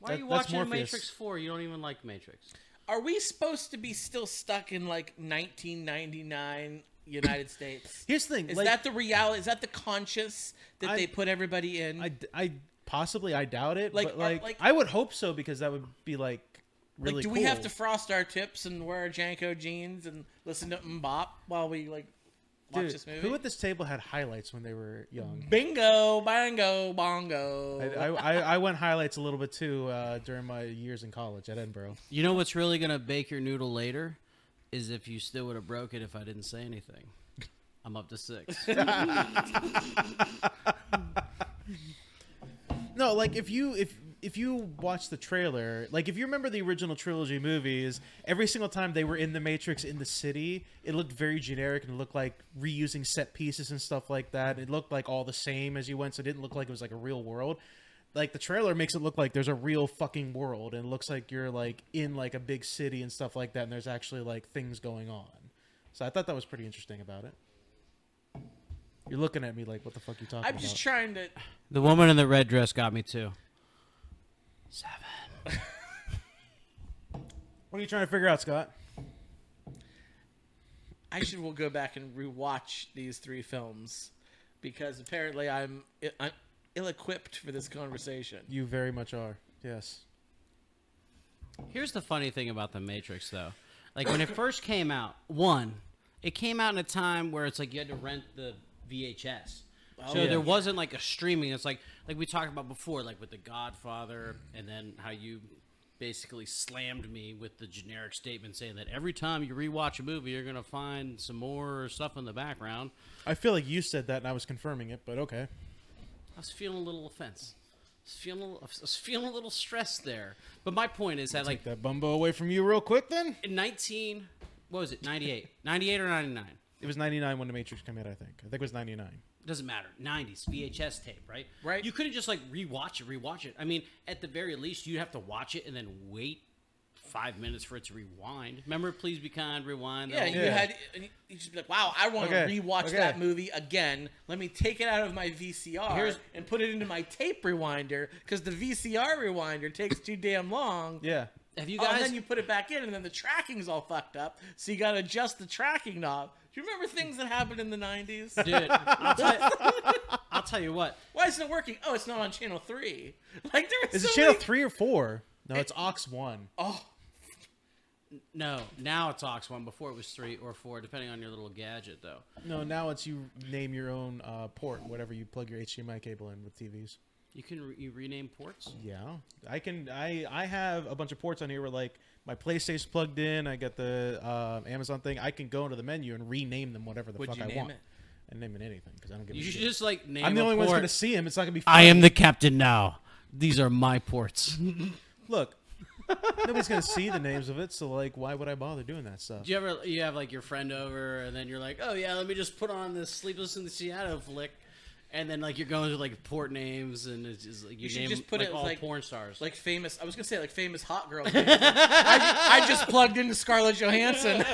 Speaker 3: Why
Speaker 1: That-
Speaker 3: are you
Speaker 1: that's
Speaker 3: watching the
Speaker 1: Morpheus.
Speaker 3: Matrix Four? You don't even like Matrix.
Speaker 2: Are we supposed to be still stuck in like 1999 United States?
Speaker 1: here's the thing.
Speaker 2: Is
Speaker 1: like,
Speaker 2: that the reality? Is that the conscious that
Speaker 1: I-
Speaker 2: they put everybody in?
Speaker 1: I, d- I possibly I doubt it.
Speaker 2: Like,
Speaker 1: but
Speaker 2: are-
Speaker 1: like,
Speaker 2: like-
Speaker 1: I would hope so because that would be like really.
Speaker 2: like, do we have
Speaker 1: cool.
Speaker 2: to frost our tips and wear our Janko jeans and listen to Mbop while we like watch
Speaker 1: Dude,
Speaker 2: this movie?
Speaker 1: Who at this table had highlights when they were young?
Speaker 2: Bingo, bango, bongo.
Speaker 1: I, I, I, I went highlights a little bit too uh, during my years in college at Edinburgh.
Speaker 3: You know what's really gonna bake your noodle later is if you still would have broke it if I didn't say anything. I'm up to six.
Speaker 1: No, like if you if if you watch the trailer, like if you remember the original trilogy movies, every single time they were in the Matrix in the city, it looked very generic and it looked like reusing set pieces and stuff like that. It looked like all the same as you went, so it didn't look like it was like a real world. Like the trailer makes it look like there's a real fucking world and it looks like you're like in like a big city and stuff like that and there's actually like things going on. So I thought that was pretty interesting about it. You're looking at me like what the fuck you talking
Speaker 2: I'm just
Speaker 1: about?
Speaker 2: trying to.
Speaker 3: the woman in the red dress got me too.
Speaker 1: what are you trying to figure out, Scott?
Speaker 2: I should will go back and rewatch these three films because apparently I'm, i- I'm ill-equipped for this conversation.
Speaker 1: You very much are. Yes.
Speaker 3: Here's the funny thing about The Matrix, though. Like when it first came out, one, it came out in a time where it's like you had to rent the VHS. so
Speaker 1: yeah.
Speaker 3: there wasn't like a streaming. It's like like we talked about before, like with The Godfather, and then how you basically slammed me with the generic statement saying that every time you rewatch a movie, you're gonna find some more stuff in the background.
Speaker 1: I feel like you said that and I was confirming it, but okay.
Speaker 3: I was feeling a little offense. I was feeling a little, I was feeling a little stressed there. But my point is that like
Speaker 1: That bumbo away from you real quick then?
Speaker 3: in 19 what was it 98 98 or 99
Speaker 1: It was 99 when The Matrix came out, I think. I think it was 99.
Speaker 3: doesn't matter. 90s VHS tape, right?
Speaker 2: Right.
Speaker 3: You couldn't just like rewatch it, rewatch it. I mean, at the very least, you'd have to watch it and then wait five minutes for it to rewind. Remember, please be kind, rewind. that
Speaker 2: Yeah,
Speaker 3: whole
Speaker 2: you
Speaker 1: Yeah.
Speaker 2: had and you- you just be like, wow, I want to
Speaker 1: Okay,
Speaker 2: rewatch
Speaker 1: okay.
Speaker 2: that movie again. Let me take it out of my VCR
Speaker 3: Here's-
Speaker 2: and put it into my tape rewinder because the VCR rewinder takes too damn long.
Speaker 1: Yeah.
Speaker 3: Have you
Speaker 2: Oh, and
Speaker 3: guys?
Speaker 2: then you put it back in, and then the tracking's all fucked up, so you gotta adjust the tracking knob. Do you remember things that happened in the '90s?
Speaker 3: Dude, I'll tell, I'll tell you what.
Speaker 2: Why isn't it working? Oh, it's not on channel three. Like there was
Speaker 1: Is it
Speaker 2: so
Speaker 1: channel
Speaker 2: many-
Speaker 1: three or four? No, it's Ox One.
Speaker 2: Oh,
Speaker 3: No, now it's Ox One. Before it was three or four, depending on your little gadget, though.
Speaker 1: No, now it's you name your own uh, port, whatever you plug your HDMI cable in with TVs.
Speaker 3: You can re- you rename ports.
Speaker 1: Yeah, I can. I I have a bunch of ports on here where like my PlayStation's plugged in. I got the uh, Amazon thing. I can go into the menu and rename them whatever the
Speaker 2: What'd
Speaker 1: fuck
Speaker 2: you
Speaker 1: I
Speaker 2: name
Speaker 1: want.
Speaker 2: it?
Speaker 1: And name it anything because I don't give
Speaker 3: You
Speaker 1: a
Speaker 3: should
Speaker 1: shit.
Speaker 3: just like name.
Speaker 1: I'm the
Speaker 3: a
Speaker 1: only one
Speaker 3: port.
Speaker 1: that's gonna see him. It's not gonna be.
Speaker 3: I am
Speaker 1: funny.
Speaker 3: the captain now. These are my ports. Do
Speaker 1: look. Nobody's gonna see the names of it, so like, why would I bother doing that stuff?
Speaker 3: you ever you have like your friend over and then you're like, oh yeah, let me just put on this Sleepless in the Seattle flick, and then like you're going to like port names and it's just like you,
Speaker 2: should
Speaker 3: name
Speaker 2: just put
Speaker 3: like,
Speaker 2: it
Speaker 3: all
Speaker 2: like-
Speaker 3: porn stars.
Speaker 2: like famous. I was gonna say like famous hot girl. I, ju- I just plugged into Scarlett Johansson.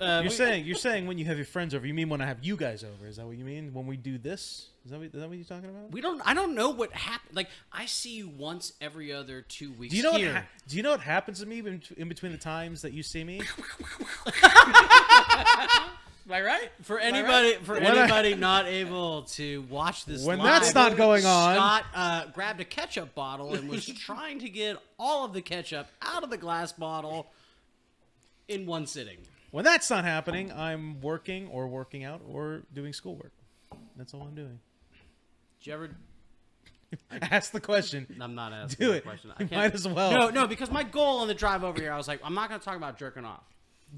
Speaker 1: you're saying you're saying when you have your friends over, you mean when I have you guys over? Is that what you mean? When we do this? Is that what, is that what you're talking about?
Speaker 3: we don't. I don't know what happened. Like I see you once every other two weeks.
Speaker 1: Do you know what
Speaker 3: here.
Speaker 1: ha- Do you know what happens to me in in between the times that you see me?
Speaker 2: Am I right?
Speaker 3: For
Speaker 2: Am I
Speaker 3: anybody,
Speaker 2: right?
Speaker 3: for
Speaker 1: I-
Speaker 3: anybody not able to watch this,
Speaker 1: When
Speaker 3: live,
Speaker 1: that's not going on.
Speaker 3: Scott uh, grabbed a ketchup bottle and was trying to get all of the ketchup out of the glass bottle in one sitting.
Speaker 1: When that's not happening, I'm working or working out or doing schoolwork. That's all I'm doing.
Speaker 3: Did you ever?
Speaker 1: Ask the question.
Speaker 3: I'm not asking
Speaker 1: Do
Speaker 3: that
Speaker 1: it.
Speaker 3: question. I
Speaker 1: You
Speaker 3: can't-
Speaker 1: might as well.
Speaker 3: No, no, because my goal on the drive over here, I was like, I'm not going to talk about jerking off.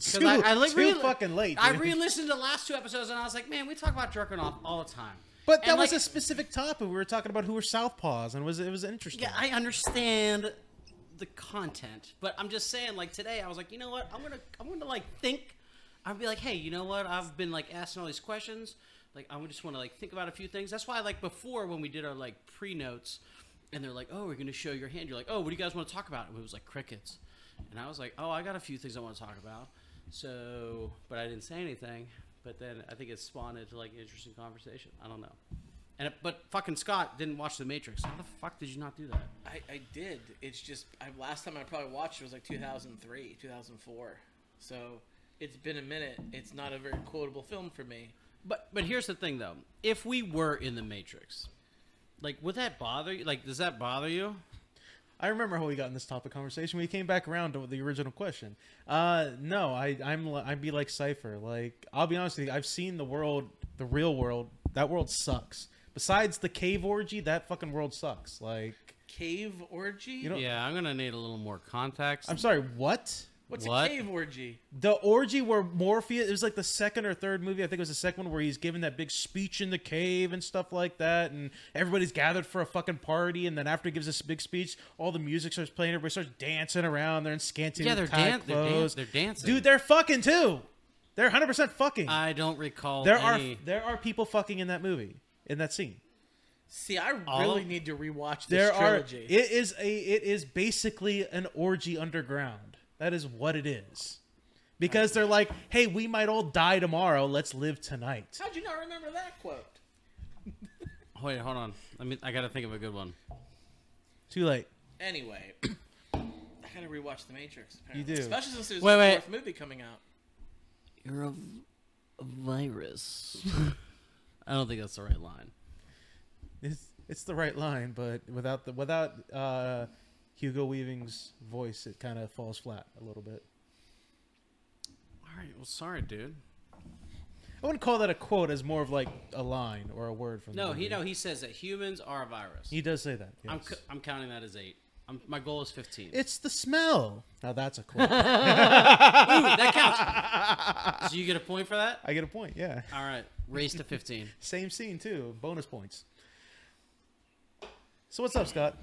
Speaker 1: Too,
Speaker 3: Because I, I like
Speaker 1: too
Speaker 3: really-
Speaker 1: fucking late.
Speaker 3: I
Speaker 1: dude.
Speaker 3: re-listened to the last two episodes and I was like, man, we talk about jerking off all the time.
Speaker 1: but that
Speaker 3: And,
Speaker 1: was
Speaker 3: like,
Speaker 1: a specific topic. We were talking about who were southpaws, and it was it was interesting.
Speaker 3: Yeah, I understand the content, but I'm just saying, like today, I was like, you know what? I'm gonna, I'm gonna like think. I'd be like, hey, you know what? I've been like asking all these questions. Like, I would just want to like think about a few things. That's why, like before, when we did our like pre notes, and they're like, oh, we're gonna show your hand. You're like, oh, what do you guys want to talk about? And it was like crickets, and I was like, oh, I got a few things I want to talk about. So, but I didn't say anything. But then I think it spawned into like interesting conversation. I don't know. And it, but fucking Scott didn't watch The Matrix. How the fuck did you not do that?
Speaker 2: I, I did. It's just I, last time I probably watched it was like 2003, 2004. So it's been a minute. It's not a very quotable film for me.
Speaker 3: But but here's the thing though. If we were in the Matrix, like would that bother you? Like does that bother you?
Speaker 1: I remember how we got in this topic conversation. We came back around to the original question. Uh, no, I, I'm li- I'd be like Cipher. Like I'll be honest with you, I've seen the world, the real world. That world sucks. Besides the cave orgy, that fucking world sucks. Like
Speaker 2: Cave orgy?
Speaker 1: You know-
Speaker 3: Yeah, I'm gonna need a little more context.
Speaker 1: I'm sorry, what?
Speaker 2: What's
Speaker 3: What?
Speaker 2: a cave orgy?
Speaker 1: The orgy where Morpheus, it was like the second or third movie, I think it was the second one, where he's giving that big speech in the cave and stuff like that, and everybody's gathered for a fucking party, and then after he gives this big speech, all the music starts playing, everybody starts dancing around, they're in scanty
Speaker 3: Yeah, they're
Speaker 1: tight
Speaker 3: dan- they're dan-
Speaker 1: clothes.
Speaker 3: they're dancing.
Speaker 1: Dude, they're fucking too! They're 100% fucking!
Speaker 3: I don't recall
Speaker 1: there
Speaker 3: any.
Speaker 1: are there are people fucking in that movie, in that scene.
Speaker 2: See, I
Speaker 3: All
Speaker 2: really
Speaker 3: of-
Speaker 2: need to rewatch this
Speaker 1: There
Speaker 2: trilogy.
Speaker 1: are, it is a, it is basically an orgy underground. That is what it is. Because they're like, hey, we might all die tomorrow. Let's live tonight.
Speaker 2: How'd you not remember that quote?
Speaker 3: Wait, hold on. Let me. I gotta think of a good one.
Speaker 1: Too late.
Speaker 2: Anyway, I gotta rewatch The Matrix.
Speaker 1: You
Speaker 2: Apparently.
Speaker 1: do.
Speaker 2: especially since there's
Speaker 3: Wait,
Speaker 2: a
Speaker 3: wait.
Speaker 2: fourth movie coming out.
Speaker 3: You're a, virus. I don't think that's the right line.
Speaker 1: It's, it's the right line, but without the without uh, Hugo Weaving's voice, it kind of falls flat a little bit.
Speaker 3: All right. Well, sorry, dude.
Speaker 1: I wouldn't call that a quote, as more of like a line or a word from. the
Speaker 3: No,
Speaker 1: movie.
Speaker 3: he no. He says that humans are a virus.
Speaker 1: He does say that.
Speaker 3: I'm
Speaker 1: yes.
Speaker 3: cu- I'm counting that as eight. I'm, my goal is fifteen.
Speaker 1: it's the smell. Now that's a quote.
Speaker 3: Ooh, that counts. so you get a point for that.
Speaker 1: I get a point. Yeah.
Speaker 3: All right. Raise to fifteen.
Speaker 1: Same scene too. Bonus points. So what's up, Scott?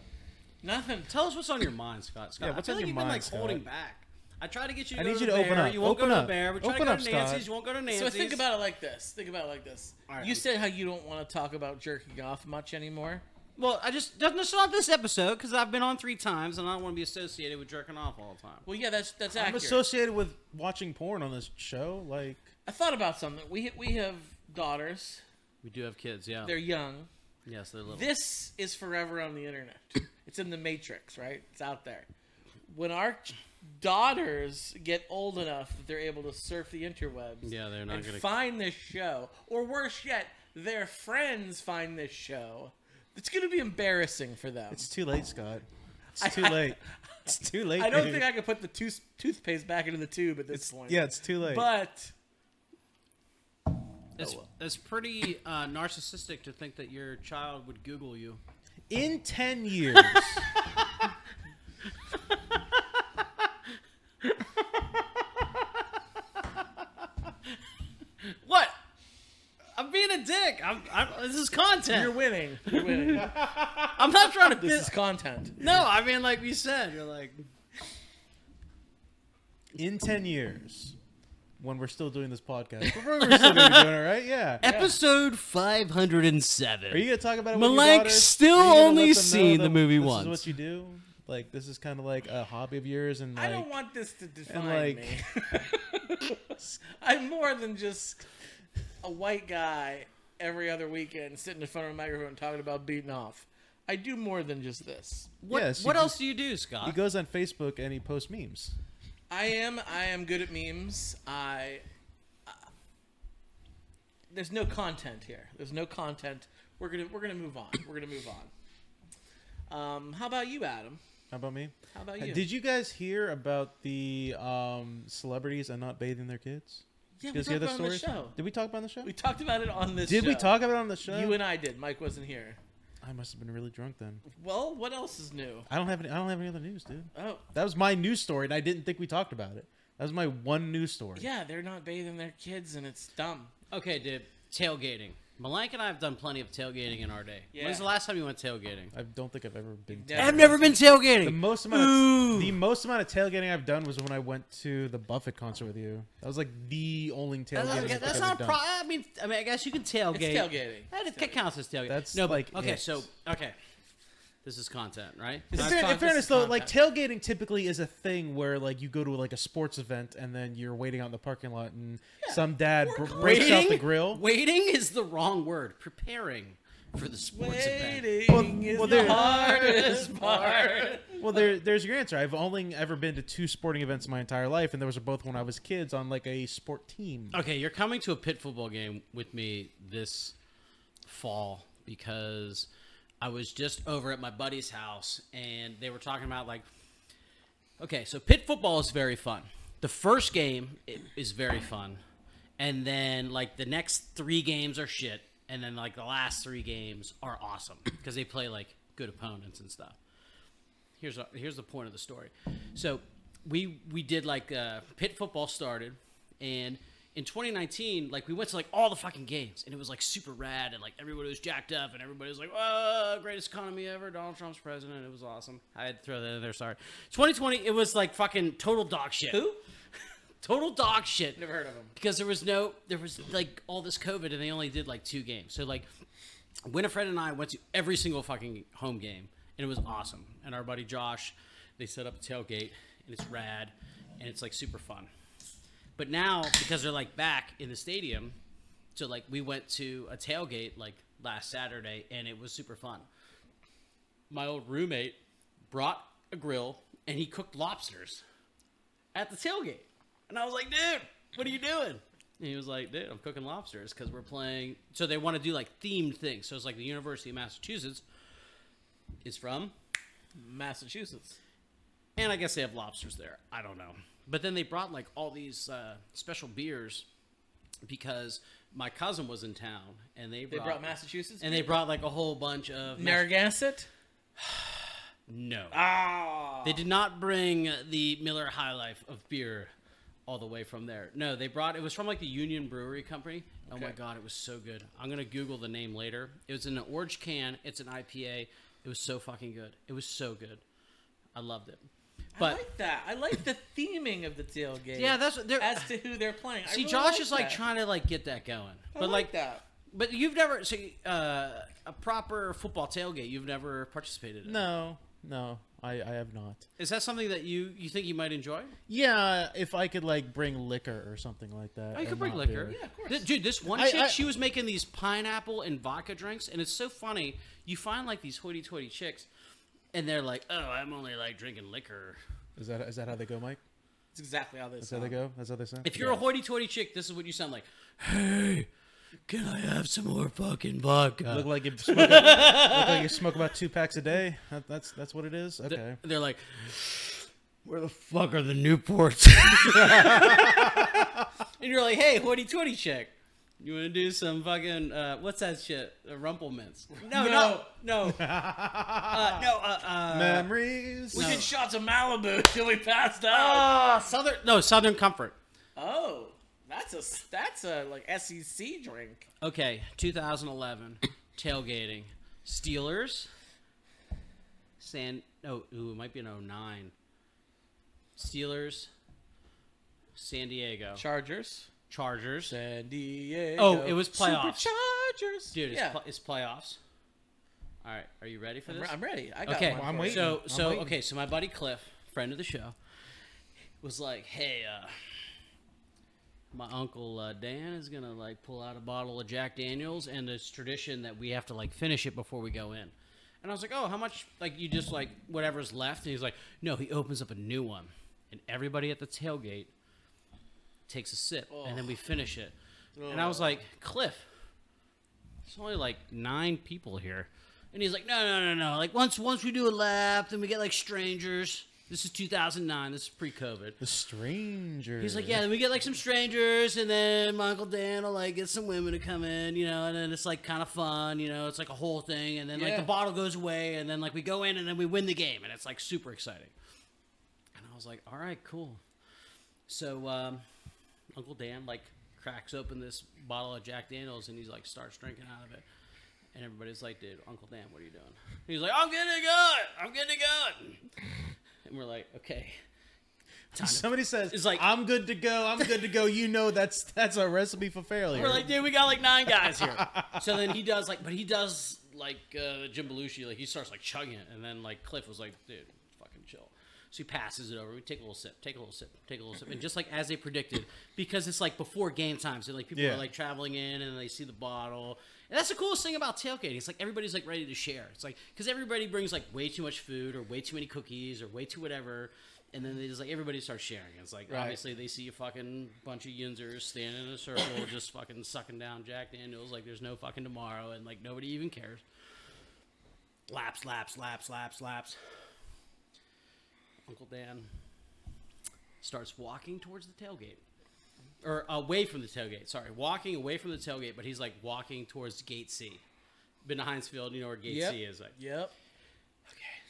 Speaker 2: Nothing.
Speaker 3: Tell us what's on your mind, Scott. Scott,
Speaker 1: Yeah, what's
Speaker 3: I feel
Speaker 1: on
Speaker 3: like
Speaker 1: your
Speaker 3: you've
Speaker 1: mind,
Speaker 3: been like
Speaker 1: Scott?
Speaker 3: holding back. I try to get you. To
Speaker 1: I
Speaker 3: go
Speaker 1: need
Speaker 3: to
Speaker 1: you to
Speaker 3: the
Speaker 1: open
Speaker 3: bear.
Speaker 1: up.
Speaker 3: You won't
Speaker 1: Open
Speaker 3: go to
Speaker 1: up.
Speaker 3: the bear. We try
Speaker 1: Open
Speaker 3: to go
Speaker 1: up,
Speaker 3: to
Speaker 1: Scott.
Speaker 3: Nancy's. You won't go to Nancy's.
Speaker 2: So think about it like this. Think about it like this.
Speaker 3: Alright,
Speaker 2: you
Speaker 3: I'm-
Speaker 2: said how you don't want to talk about jerking off much anymore.
Speaker 3: Well, I just doesn't it's not this episode because I've been on three times and I don't want to be associated with jerking off all the time.
Speaker 2: Well, yeah, that's that's
Speaker 1: I'm
Speaker 2: accurate.
Speaker 1: associated with watching porn on this show. Like,
Speaker 2: I thought about something. We we have daughters.
Speaker 3: We do have kids, yeah.
Speaker 2: They're young.
Speaker 3: yes, they're little.
Speaker 2: This is forever on the internet. It's in the matrix, right? It's out there. When our ch- daughters get old enough that they're able to surf the interwebs,
Speaker 3: Yeah, they're not
Speaker 2: and
Speaker 3: gonna-
Speaker 2: find this show, or worse yet, their friends find this show. It's going to be embarrassing for them.
Speaker 1: it's too late, Scott. It's too late. It's too late.
Speaker 2: I don't
Speaker 1: dude.
Speaker 2: think I could put the tooth- toothpaste back into the tube at this
Speaker 1: It's,
Speaker 2: point.
Speaker 1: yeah, it's too late.
Speaker 2: but
Speaker 3: It's, it's pretty uh, narcissistic to think that your child would Google you.
Speaker 1: in ten years,
Speaker 3: What? I'm being a dick. I'm, I'm, this is content.
Speaker 2: you're winning. You're winning.
Speaker 3: I'm not trying to.
Speaker 2: this
Speaker 3: This
Speaker 2: is content.
Speaker 3: no, I mean, like we said, you're like,
Speaker 1: in ten years, when we're still doing this podcast, but we're we're still gonna be doing it, right? Yeah.
Speaker 3: episode 507.
Speaker 1: Are you gonna talk about it? with
Speaker 3: Malenk
Speaker 1: your daughters?
Speaker 3: still
Speaker 1: Are you gonna
Speaker 3: only
Speaker 1: let them know
Speaker 3: seen the
Speaker 1: that
Speaker 3: movie
Speaker 1: this
Speaker 3: once.
Speaker 1: Is what you do? Like this is kind of like a hobby of yours, and like,
Speaker 2: I don't want this to define
Speaker 1: like-
Speaker 2: me. I'm more than just a white guy every other weekend sitting in front of a microphone talking about beating off. I do more than just this.
Speaker 3: what
Speaker 1: Yes, you
Speaker 3: what
Speaker 1: can-
Speaker 3: else do you do, Scott?
Speaker 1: He goes on Facebook and he posts memes.
Speaker 2: I am I am good at memes. I I- there's no content here. There's no content. We're gonna we're gonna move on. We're gonna move on. Um, how about you, Adam?
Speaker 1: How about me?
Speaker 2: How about you?
Speaker 1: Uh, Did you guys hear about the um, celebrities and not bathing their kids?
Speaker 2: yeah,
Speaker 1: You
Speaker 2: we
Speaker 1: guys
Speaker 2: talked
Speaker 1: hear
Speaker 2: about
Speaker 1: the
Speaker 2: it on the
Speaker 1: stories?
Speaker 2: show.
Speaker 1: Did we talk about it on the show?
Speaker 2: We talked about it on this.
Speaker 1: Did we
Speaker 2: show.
Speaker 1: talk about it on the show?
Speaker 2: You and I did. Mike wasn't here.
Speaker 1: I must have been really drunk then.
Speaker 2: Well, what else is new?
Speaker 1: I don't have any. I don't have any other news, dude.
Speaker 2: Oh,
Speaker 1: That was my news story, and I didn't think we talked about it. That was my one news story.
Speaker 2: yeah, they're not bathing their kids, and it's dumb.
Speaker 3: okay, dude, tailgating. Malank and I have done plenty of tailgating in our day.
Speaker 2: Yeah.
Speaker 3: When's the last time you went tailgating?
Speaker 1: I don't think I've ever been.
Speaker 2: Never.
Speaker 3: I've never been tailgating.
Speaker 1: The most amount of, the most amount of tailgating I've done was when I went to the Buffett concert with you. That was like the only tailgating.
Speaker 3: That's not,
Speaker 1: I've
Speaker 3: that's
Speaker 1: ever
Speaker 3: not a
Speaker 1: done.
Speaker 3: pro- I mean, I mean, I guess you can tailgate.
Speaker 2: It's tailgating.
Speaker 3: That is- that counts as tailgate.
Speaker 1: That's
Speaker 3: no, but-
Speaker 1: like
Speaker 3: okay.
Speaker 1: it.
Speaker 3: So okay, this is content, right?
Speaker 1: In,
Speaker 2: That's
Speaker 1: fair- in
Speaker 2: con- this
Speaker 1: fairness,
Speaker 2: is
Speaker 1: though, like tailgating typically is a thing where like you go to like a sports event and then you're waiting out in the parking lot and some dad br- breaks out the grill.
Speaker 3: Waiting is the wrong word. Preparing for the sports event.
Speaker 2: Waiting is
Speaker 1: well,
Speaker 2: the
Speaker 1: there-
Speaker 2: hardest part.
Speaker 1: Well, there, there's your answer. I've only ever been to two sporting events in my entire life, and those are both when I was kids on like a sport team.
Speaker 3: Okay, you're coming to a pit football game with me this fall because I was just over at my buddy's house and they were talking about like Okay, so pit football is very fun. The first game i- is very fun, and then like the next three games are shit, and then like the last three games are awesome because they play like good opponents and stuff. Here's a, here's the point of the story. So we we did like uh, pit football started, and in 2019, like we went to like all the fucking games, and it was like super rad, and like everybody was jacked up, and everybody was like, "Whoa, greatest economy ever! Donald Trump's president. It was awesome." I had to throw that in there. Sorry. 2020, it was like fucking total dog shit.
Speaker 2: Who?
Speaker 3: Total dog shit
Speaker 2: Never heard of him.
Speaker 3: because there was no there was like all this covid and they only did like two games so like winifred and i went to every single fucking home game and it was awesome and our buddy josh they set up a tailgate and it's rad and it's like super fun but now because they're like back in the stadium so like we went to a tailgate like last saturday and it was super fun my old roommate brought a grill and he cooked lobsters at the tailgate. And I was like, dude, what are you doing? And he was like, dude, I'm cooking lobsters because we're playing. So they want to do like themed things. So it's like the University of Massachusetts is from,
Speaker 2: Massachusetts.
Speaker 3: and I guess they have lobsters there. I don't know. But then they brought like all these uh, special beers because my cousin was in town and they
Speaker 2: They
Speaker 3: brought,
Speaker 2: brought Massachusetts.
Speaker 3: and they brought like a whole bunch of
Speaker 2: Narragansett.
Speaker 3: no.
Speaker 2: Ah.
Speaker 3: They did not bring the Miller High Life of beer all the way from there. No, they brought it was from like the Union Brewery Company. Oh my
Speaker 2: Okay.
Speaker 3: god, it was so good. I'm gonna Google the name later. It was in an orange can. It's an IPA. It was so fucking good. It was so good. I loved it.
Speaker 2: I
Speaker 3: But
Speaker 2: like that. I like the theming of the tailgate.
Speaker 3: yeah, that's what they're.
Speaker 2: as to who they're playing. I
Speaker 3: see,
Speaker 2: really
Speaker 3: Josh is
Speaker 2: that.
Speaker 3: like trying to like get that going,
Speaker 2: I
Speaker 3: but
Speaker 2: like, that.
Speaker 3: but you've never see uh, a proper football tailgate. You've never participated. in.
Speaker 1: No, no, I, I have not.
Speaker 3: is that something that you you think you might enjoy?
Speaker 1: Yeah, if I could like bring liquor or something like that.
Speaker 3: Oh, you
Speaker 1: and
Speaker 3: could bring
Speaker 1: not
Speaker 3: liquor.
Speaker 1: beer.
Speaker 2: Yeah, of course.
Speaker 3: Th- dude, this one
Speaker 1: I-
Speaker 3: chick,
Speaker 1: I-
Speaker 3: she was making these pineapple and vodka drinks, and it's so funny. You find like these hoity-toity chicks, and they're like, "Oh, I'm only like drinking liquor."
Speaker 1: Is that is that how they go, Mike?
Speaker 2: That's exactly how this.
Speaker 1: Is that how they
Speaker 2: sounds.
Speaker 1: go? That's how they sound.
Speaker 3: If you're a hoity-toity chick, this is what you sound like. Hey, can I have some more fucking vodka?
Speaker 1: Look like you smoke. look like you smoke about two packs a day. That, that's that's what it is.
Speaker 3: Th-
Speaker 1: Okay.
Speaker 3: They're like, "Where the fuck are the Newports?" and you're like, "Hey, hoity-toity chick." You want to do some fucking uh, what's that shit? Uh, Rumple mints? No, no, no, uh, no. Uh, uh,
Speaker 1: Memories.
Speaker 2: We
Speaker 1: No.
Speaker 2: did shots of Malibu till we passed out.
Speaker 3: Uh, Southern no Southern Comfort.
Speaker 2: oh, that's a that's a like SEC drink.
Speaker 3: Okay, 2011 tailgating Steelers. San oh ooh, it might be an 09. Steelers, San Diego
Speaker 2: Chargers.
Speaker 3: Chargers.
Speaker 2: San Diego.
Speaker 3: Oh, it was playoffs.
Speaker 2: Superchargers.
Speaker 3: Dude, it's,
Speaker 2: yeah.
Speaker 3: pl- it's playoffs. All right, are you ready for
Speaker 2: I'm,
Speaker 3: this?
Speaker 2: re- I'm ready. I got
Speaker 3: Okay,
Speaker 2: one
Speaker 1: I'm
Speaker 2: for you.
Speaker 1: waiting.
Speaker 3: So,
Speaker 1: I'm
Speaker 3: so
Speaker 1: waiting.
Speaker 3: okay, so my buddy Cliff, friend of the show, was like, "Hey, uh, my uncle uh, Dan is gonna like pull out a bottle of Jack Daniels, and it's tradition that we have to like finish it before we go in." And I was like, "Oh, how much? Like, you just like whatever's left?" And he's like, "No, he opens up a new one, and everybody at the tailgate takes a sip, and then we finish it." And I was like, "Cliff, there's only like nine people here. And he's like, no, no, no, no. Like once once we do a lap, then we get like strangers. This is 2009. This is pre-COVID.
Speaker 1: the stranger.
Speaker 3: He's like, yeah, then we get like some strangers, and then my uncle Dan will like get some women to come in, you know, and then it's like kind of fun, you know, it's like a whole thing, and then like
Speaker 2: Yeah.
Speaker 3: the bottle goes away, and then like we go in, and then we win the game, and it's like super exciting. And I was like, all right, cool. So um, Uncle Dan like cracks open this bottle of Jack Daniels, and he's like starts drinking out of it. And everybody's like, dude, Uncle Dan, what are you doing? He's like, I'm getting it going. I'm getting it going. And we're like, okay. Time to
Speaker 1: Somebody says,
Speaker 3: It's like-
Speaker 1: I'm good to go. I'm good to go." You know, that's that's a recipe for failure.
Speaker 3: We're like, dude, we got like nine guys here. so then he does like, but he does like uh, Jim Belushi, like he starts like chugging it, and then like Cliff was like, dude, fucking chill. So he passes it over. We take a little sip, take a little sip, take a little sip, and just like as they predicted, because it's like before game time, so like people
Speaker 1: Yeah.
Speaker 3: are like traveling in and they see the bottle. And that's the coolest thing about tailgating. It's like everybody's like ready to share. It's like because everybody brings like way too much food or way too many cookies or way too whatever, and then they just like everybody starts sharing. It's like
Speaker 1: Right.
Speaker 3: obviously they see a fucking bunch of yinzers standing in a circle, just fucking sucking down Jack Daniels like there's no fucking tomorrow, and like nobody even cares. Laps, laps, laps, laps, laps. Uncle Dan starts walking towards the tailgate. Or away from the tailgate, sorry. Walking away from the tailgate, but he's like walking towards gate C. Been to Heinz Field, you know where gate
Speaker 2: Yep.
Speaker 3: C is. Like,
Speaker 2: Yep.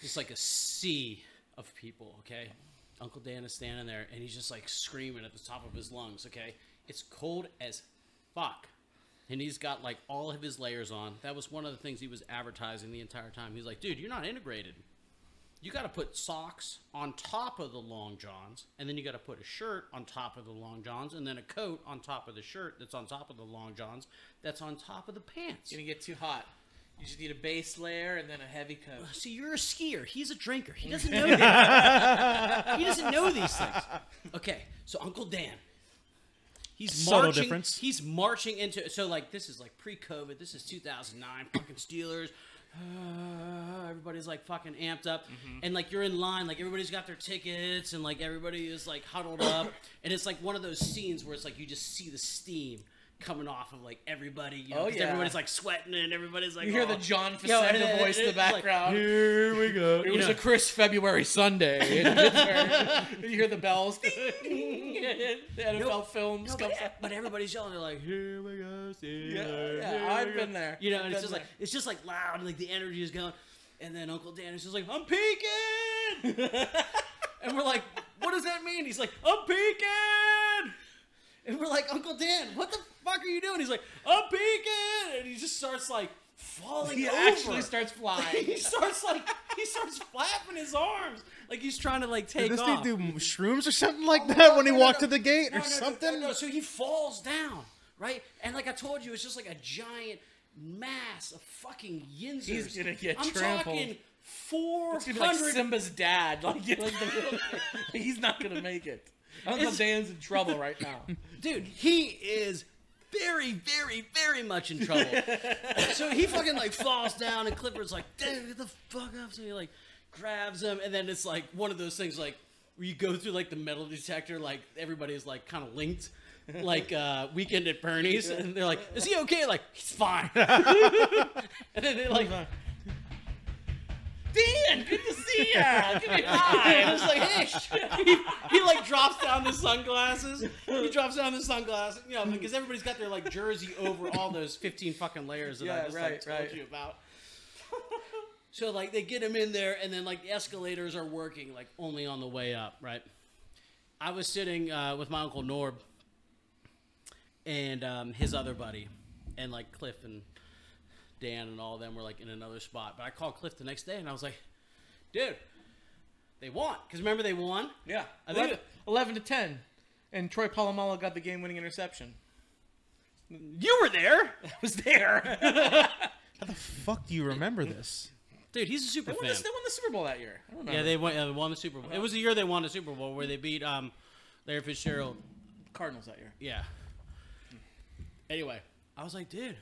Speaker 3: it's like a sea of people, okay? Uncle Dan is standing there and he's just like screaming at the top of his lungs, okay? It's cold as fuck. And he's got like all of his layers on. That was one of the things he was advertising the entire time. He's like, dude, you're not integrated. You got to put socks on top of the long johns, and then you got to put a shirt on top of the long johns, and then a coat on top of the shirt that's on top of the long johns that's on top of the pants.
Speaker 2: It's gonna get too hot. You just need a base layer and then a heavy coat.
Speaker 3: See, you're a skier. He's a drinker. He doesn't know that. he doesn't know these things. Okay, so Uncle Dan. He's
Speaker 1: Subtle
Speaker 3: marching.
Speaker 1: difference.
Speaker 3: He's marching into so like this is like pre-COVID. This is 2009. Fucking Steelers. Uh, everybody's like fucking amped up,
Speaker 2: Mm-hmm.
Speaker 3: and like you're in line. Like everybody's got their tickets, and like everybody is like huddled up, and it's like one of those scenes where it's like you just see the steam coming off of like everybody. You know,
Speaker 2: Oh,
Speaker 3: 'cause
Speaker 2: yeah.
Speaker 3: everybody's like sweating, and everybody's like
Speaker 2: You hear
Speaker 3: "Oh."
Speaker 2: the John
Speaker 3: Yo, and
Speaker 2: Facenda
Speaker 3: it-
Speaker 2: voice in the
Speaker 3: it's like,
Speaker 2: background.
Speaker 1: here we go.
Speaker 2: It was
Speaker 3: know.
Speaker 2: a crisp February Sunday. in Pittsburgh. you hear the bells. ding, ding, ding. the NFL films
Speaker 3: No,
Speaker 2: come
Speaker 3: but,
Speaker 2: up.
Speaker 3: but everybody's yelling. They're like, "Here we go, Steelers!"
Speaker 2: Yeah,
Speaker 3: here
Speaker 2: yeah,
Speaker 3: we
Speaker 2: I've
Speaker 3: go."
Speaker 2: been there.
Speaker 3: You know, and it's
Speaker 2: Been
Speaker 3: just like it's just like loud, and like the energy is going. And then Uncle Dan is just like, "I'm peeking," and we're like, "What does that mean?" He's like, "I'm peeking," and we're like, "Uncle Dan, what the fuck are you doing?" He's like, "I'm peeking," and he just starts like
Speaker 5: falling
Speaker 1: He
Speaker 5: over.
Speaker 1: actually starts flying.
Speaker 5: he starts like he starts flapping his arms like he's trying to like take
Speaker 1: Did this
Speaker 5: off.
Speaker 1: dude do shrooms or something like that when he
Speaker 5: no,
Speaker 1: walked
Speaker 5: no.
Speaker 1: to the gate
Speaker 5: No,
Speaker 1: or
Speaker 5: no, no,
Speaker 1: something?
Speaker 5: No, no, so he falls down, right? And like I told you, it's just like a giant mass of fucking yinzers.
Speaker 2: He's gonna get
Speaker 5: I'm
Speaker 2: trampled.
Speaker 5: talking four
Speaker 2: It's gonna be like
Speaker 5: hundred.
Speaker 2: Simba's dad. Like, like the, he's not gonna make it. I don't know
Speaker 5: It's-
Speaker 2: if Dan's in trouble right now.
Speaker 5: dude,
Speaker 3: He is very, very, very much in trouble. so he fucking like falls down, and Clifford's like, "Dude, get the fuck up!" So he like grabs him, and then it's like one of those things like where you go through like the metal detector, like everybody's like kind of linked. Like uh, weekend at Bernie's, and they're like, "Is he okay?" Like, he's fine. and then they like,
Speaker 2: Dan, good to see ya. Give me a
Speaker 3: and
Speaker 2: high.
Speaker 3: it's like, hey, shit. he, he like drops down the sunglasses. He drops down the sunglasses, you know, because everybody's got their like jersey over all those fifteen fucking layers that I
Speaker 2: Yeah,
Speaker 3: just
Speaker 2: right,
Speaker 3: like told
Speaker 2: right.
Speaker 3: you about. So like they get him in there, and then like the escalators are working like only on the way up, right? I was sitting uh, with my uncle Norb and um, his other buddy, and like Cliff and Dan and all of them were like in another spot. But I called Cliff the next day, and I was like, "Dude, they won." Because remember they won.
Speaker 2: Yeah,
Speaker 3: I think
Speaker 2: 11, 11 to ten, and Troy Polamalu got the game-winning interception.
Speaker 3: You were there,
Speaker 2: I was there.
Speaker 1: Fuck, do you remember this?
Speaker 3: dude. He's a super
Speaker 2: They won,
Speaker 3: fan.
Speaker 2: the, they won the Super Bowl that year. I remember.
Speaker 3: Yeah, they won, uh, won the Super Bowl. It was the year they won the Super Bowl where they beat um, Larry Fitzgerald.
Speaker 2: Cardinals that year.
Speaker 3: Yeah. Anyway, I was like, dude,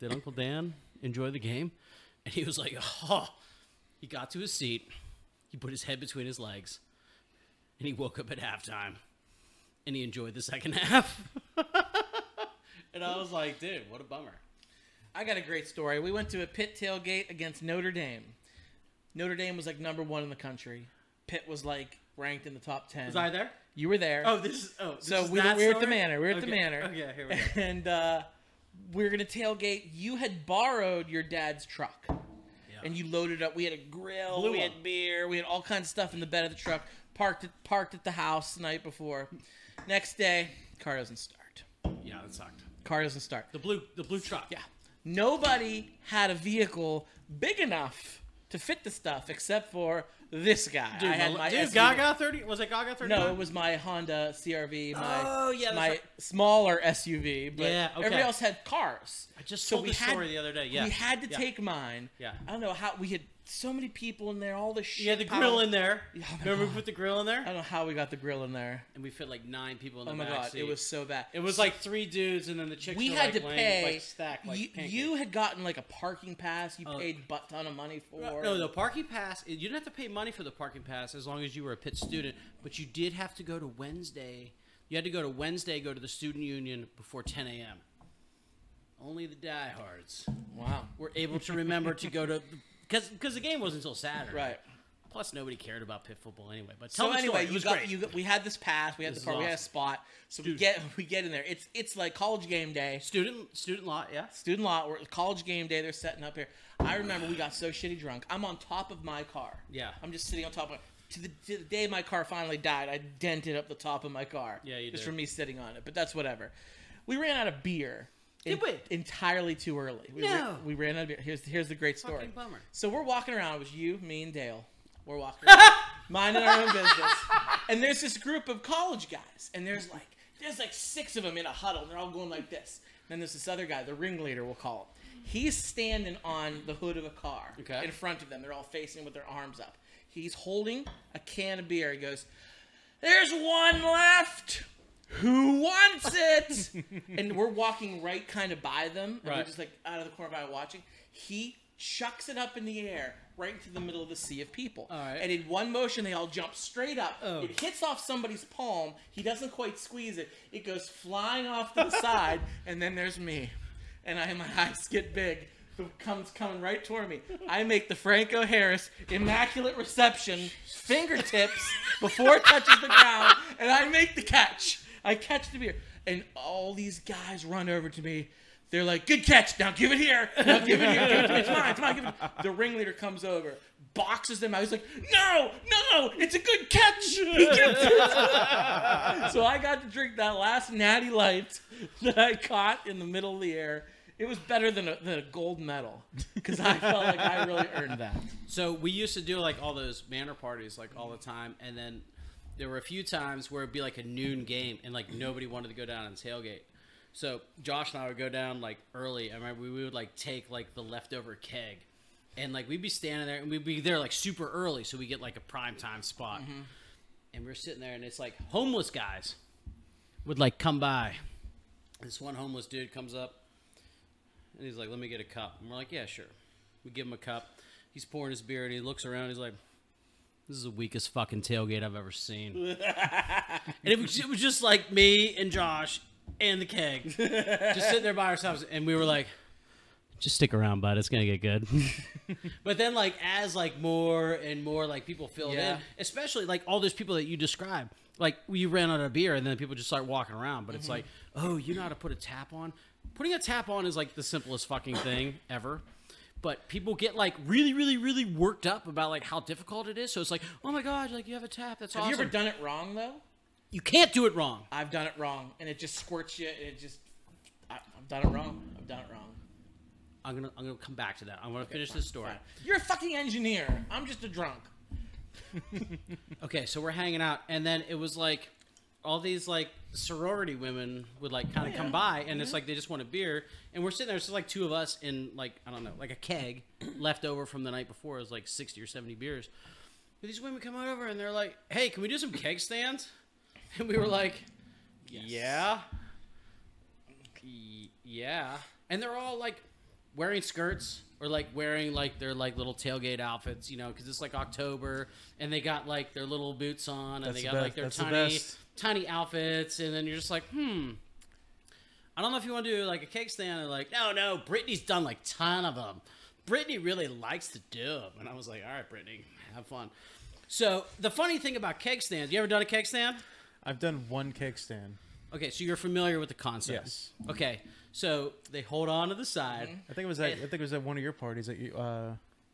Speaker 3: did Uncle Dan enjoy the game? And he was like, oh. He got to his seat, he put his head between his legs, and he woke up at halftime and he enjoyed the second half. and I was like, dude, what a bummer.
Speaker 2: I got a great story. We went to a Pitt tailgate against Notre Dame. Notre Dame was like number one in the country. Pitt was like ranked in the top ten.
Speaker 3: Was I there?
Speaker 2: You were there.
Speaker 3: Oh, this is oh. This
Speaker 2: so
Speaker 3: is
Speaker 2: we,
Speaker 3: that
Speaker 2: we were at the
Speaker 3: story?
Speaker 2: manor. We were at the
Speaker 3: Okay,
Speaker 2: manor.
Speaker 3: Okay, here we go.
Speaker 2: And uh, we were gonna tailgate. You had borrowed your dad's truck, and you loaded up. We had a grill.
Speaker 3: Blue
Speaker 2: we
Speaker 3: one.
Speaker 2: had beer. We had all kinds of stuff in the bed of the truck. Parked at, parked at the house the night before. Next day, car doesn't start.
Speaker 3: yeah, that sucked.
Speaker 2: Car doesn't start.
Speaker 3: The blue, the blue truck.
Speaker 2: Yeah. Nobody had a vehicle big enough to fit the stuff except for this guy. I had my
Speaker 3: dude,
Speaker 2: SUV.
Speaker 3: Gaga thirty was it Gaga thirty?
Speaker 2: No, it was my Honda CRV, my
Speaker 3: Oh, yeah, that's
Speaker 2: my
Speaker 3: right.
Speaker 2: smaller SUV, but
Speaker 3: Yeah, okay.
Speaker 2: everybody else had cars.
Speaker 3: I just
Speaker 2: So
Speaker 3: told
Speaker 2: we
Speaker 3: the
Speaker 2: had-
Speaker 3: story the other day. Yeah,
Speaker 2: We had to
Speaker 3: yeah.
Speaker 2: take mine.
Speaker 3: Yeah.
Speaker 2: I don't know how we had so many people in there, all the shit.
Speaker 3: You had the
Speaker 2: piled-
Speaker 3: grill in there.
Speaker 2: my
Speaker 3: Remember we
Speaker 2: God.
Speaker 3: put the grill in
Speaker 2: I
Speaker 3: there,
Speaker 2: don't know how we got the grill in there.
Speaker 3: and we fit like nine people in the
Speaker 2: Oh my
Speaker 3: back
Speaker 2: god, it
Speaker 3: seat.
Speaker 2: was so bad.
Speaker 3: It was like three dudes, and then the chicks.
Speaker 2: we
Speaker 3: were,
Speaker 2: had
Speaker 3: like,
Speaker 2: to
Speaker 3: laying,
Speaker 2: pay
Speaker 3: like stacked like
Speaker 2: you,
Speaker 3: pancakes.
Speaker 2: you had gotten like a parking pass you
Speaker 3: Oh.
Speaker 2: paid butt ton of money for
Speaker 3: No, the parking pass. You didn't have to pay money for the parking pass as long as you were a Pitt student, but you did have to go to Wednesday. You had to go to Wednesday, go to the student union before 10 a.m. Only the diehards
Speaker 2: wow
Speaker 3: were able to remember to go to because the game wasn't until Saturday.
Speaker 2: right
Speaker 3: Plus, nobody cared about pit football anyway. But tell
Speaker 2: so
Speaker 3: the story.
Speaker 2: anyway
Speaker 3: It
Speaker 2: you
Speaker 3: was
Speaker 2: got
Speaker 3: great.
Speaker 2: you got, we had this pass we had
Speaker 3: This
Speaker 2: the
Speaker 3: is
Speaker 2: part we had a
Speaker 3: awesome.
Speaker 2: spot so we get we get in there it's it's like college game day
Speaker 3: student student lot. Yeah.
Speaker 2: student law or college game day they're setting up here i remember we got so shitty drunk i'm on top of my car
Speaker 3: Yeah.
Speaker 2: i'm just sitting on top of to the, to the day my car finally died i dented up the top of my car
Speaker 3: Yeah, you
Speaker 2: just
Speaker 3: did.
Speaker 2: from me sitting on it but that's whatever we ran out of beer
Speaker 3: Did we?
Speaker 2: entirely too early we, ra-
Speaker 3: No.
Speaker 2: we ran out of beer here's, here's the great story
Speaker 3: Fucking bummer.
Speaker 2: so we're walking around it was you me and dale we're walking around minding our own business. And there's this group of college guys, and there's like there's like six of them in a huddle, and they're all going like this. And then there's this other guy, the ringleader, we'll call him. He's standing on the hood of a car
Speaker 3: Okay.
Speaker 2: in front of them. They're all facing with their arms up. He's holding a can of beer. He goes, "There's one left." Who wants it? and we're walking right kind of by them, and we're
Speaker 3: Right.
Speaker 2: just like out of the corner of my eye watching. He chucks it up in the air right into the middle of the sea of people.
Speaker 3: All right.
Speaker 2: And in one motion, they all jump straight up. It hits off somebody's palm. He doesn't quite squeeze it. It goes flying off to the side, and then there's me, and I my eyes get big. Who comes coming right toward me? I make the Franco Harris immaculate reception, fingertips before it touches the ground, and I make the catch. I catch the beer, and all these guys run over to me. They're like, "Good catch! Now give it here! Now give it here! Give it to me. It's mine! It's mine! Give it!" The ringleader comes over, boxes them out. He's like, "No! No! It's a good catch!" He gets it. so I got to drink that last natty light that I caught in the middle of the air, It was better than a, than a gold medal because I felt like I really earned that.
Speaker 3: So we used to do like all those banner parties like all the time, and then there were a few times where it'd be like a noon game, and like nobody wanted to go down and tailgate. So Josh and I would go down like early. I remember we would like take like the leftover keg, and like we'd be standing there, and we'd be there like super early, so we get like a prime time spot. And we're sitting there, and it's like homeless guys would like come by. This one homeless dude comes up, and he's like, "Let me get a cup." And we're like, "Yeah, sure." We give him a cup. He's pouring his beer and he looks around. He's like, "This is the weakest fucking tailgate I've ever seen." and it was, it was just like me and Josh and the keg just sitting there by ourselves, and we were like, "Just stick around, bud. It's gonna get good." but then, like, as like more and more like people filled
Speaker 2: Yeah.
Speaker 3: in, especially like all those people that you describe. Like you ran out of beer, and then people just start walking around. But it's like, oh, you know how to put a tap on. Putting a tap on is like the simplest fucking thing ever but people get like really, really, really worked up about like how difficult it is. So it's like, oh my god, like you have a tap. That's
Speaker 2: Have
Speaker 3: awesome.
Speaker 2: you ever done it wrong though?
Speaker 3: You can't do it wrong.
Speaker 2: I've done it wrong, and it just squirts you, and it just. I, I've done it wrong. I've done it wrong.
Speaker 3: I'm gonna, I'm gonna come back to that. I'm gonna finish this story.
Speaker 2: Fine. You're a fucking engineer. I'm just a drunk.
Speaker 3: Okay, so we're hanging out, and then it was like all these like sorority women would like
Speaker 2: Oh,
Speaker 3: kind of come by, and it's like they just want a beer, and we're sitting there. It's just like two of us in like I don't know, like a keg left over from the night before. It was like sixty or seventy beers. But these women come over and they're like, "Hey, can we do some keg stands?" And we were like, "Yeah, Y- yeah." And they're all like wearing skirts or like wearing like their like little tailgate outfits, you know, because it's like October, and they got like their little boots on, and
Speaker 1: That's
Speaker 3: they
Speaker 1: the
Speaker 3: got
Speaker 1: best.
Speaker 3: like their
Speaker 1: That's the
Speaker 3: tiny
Speaker 1: best.
Speaker 3: tiny outfits, and then you're just like, hmm. I don't know if you want to do like a cake stand and like, no, no, Brittany's done like ton of them. Brittany really likes to do them, and I was like, all right, Brittany, have fun. So the funny thing about keg stands, you ever done a keg stand?
Speaker 1: I've done one keg stand.
Speaker 3: Okay, so you're familiar with the concept.
Speaker 1: Yes.
Speaker 3: Okay, so they hold on to the side.
Speaker 2: Mm-hmm.
Speaker 1: I think it was at I think it was at one of your parties at you, uh,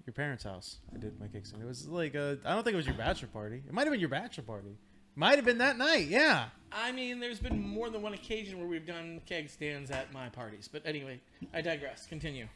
Speaker 1: your parents' house. I did my keg stand. It was like I I don't think it was your bachelor party. It might have been your bachelor party. Might have been that night. Yeah.
Speaker 2: I mean, there's been more than one occasion where we've done keg stands at my parties. But anyway, I digress. Continue.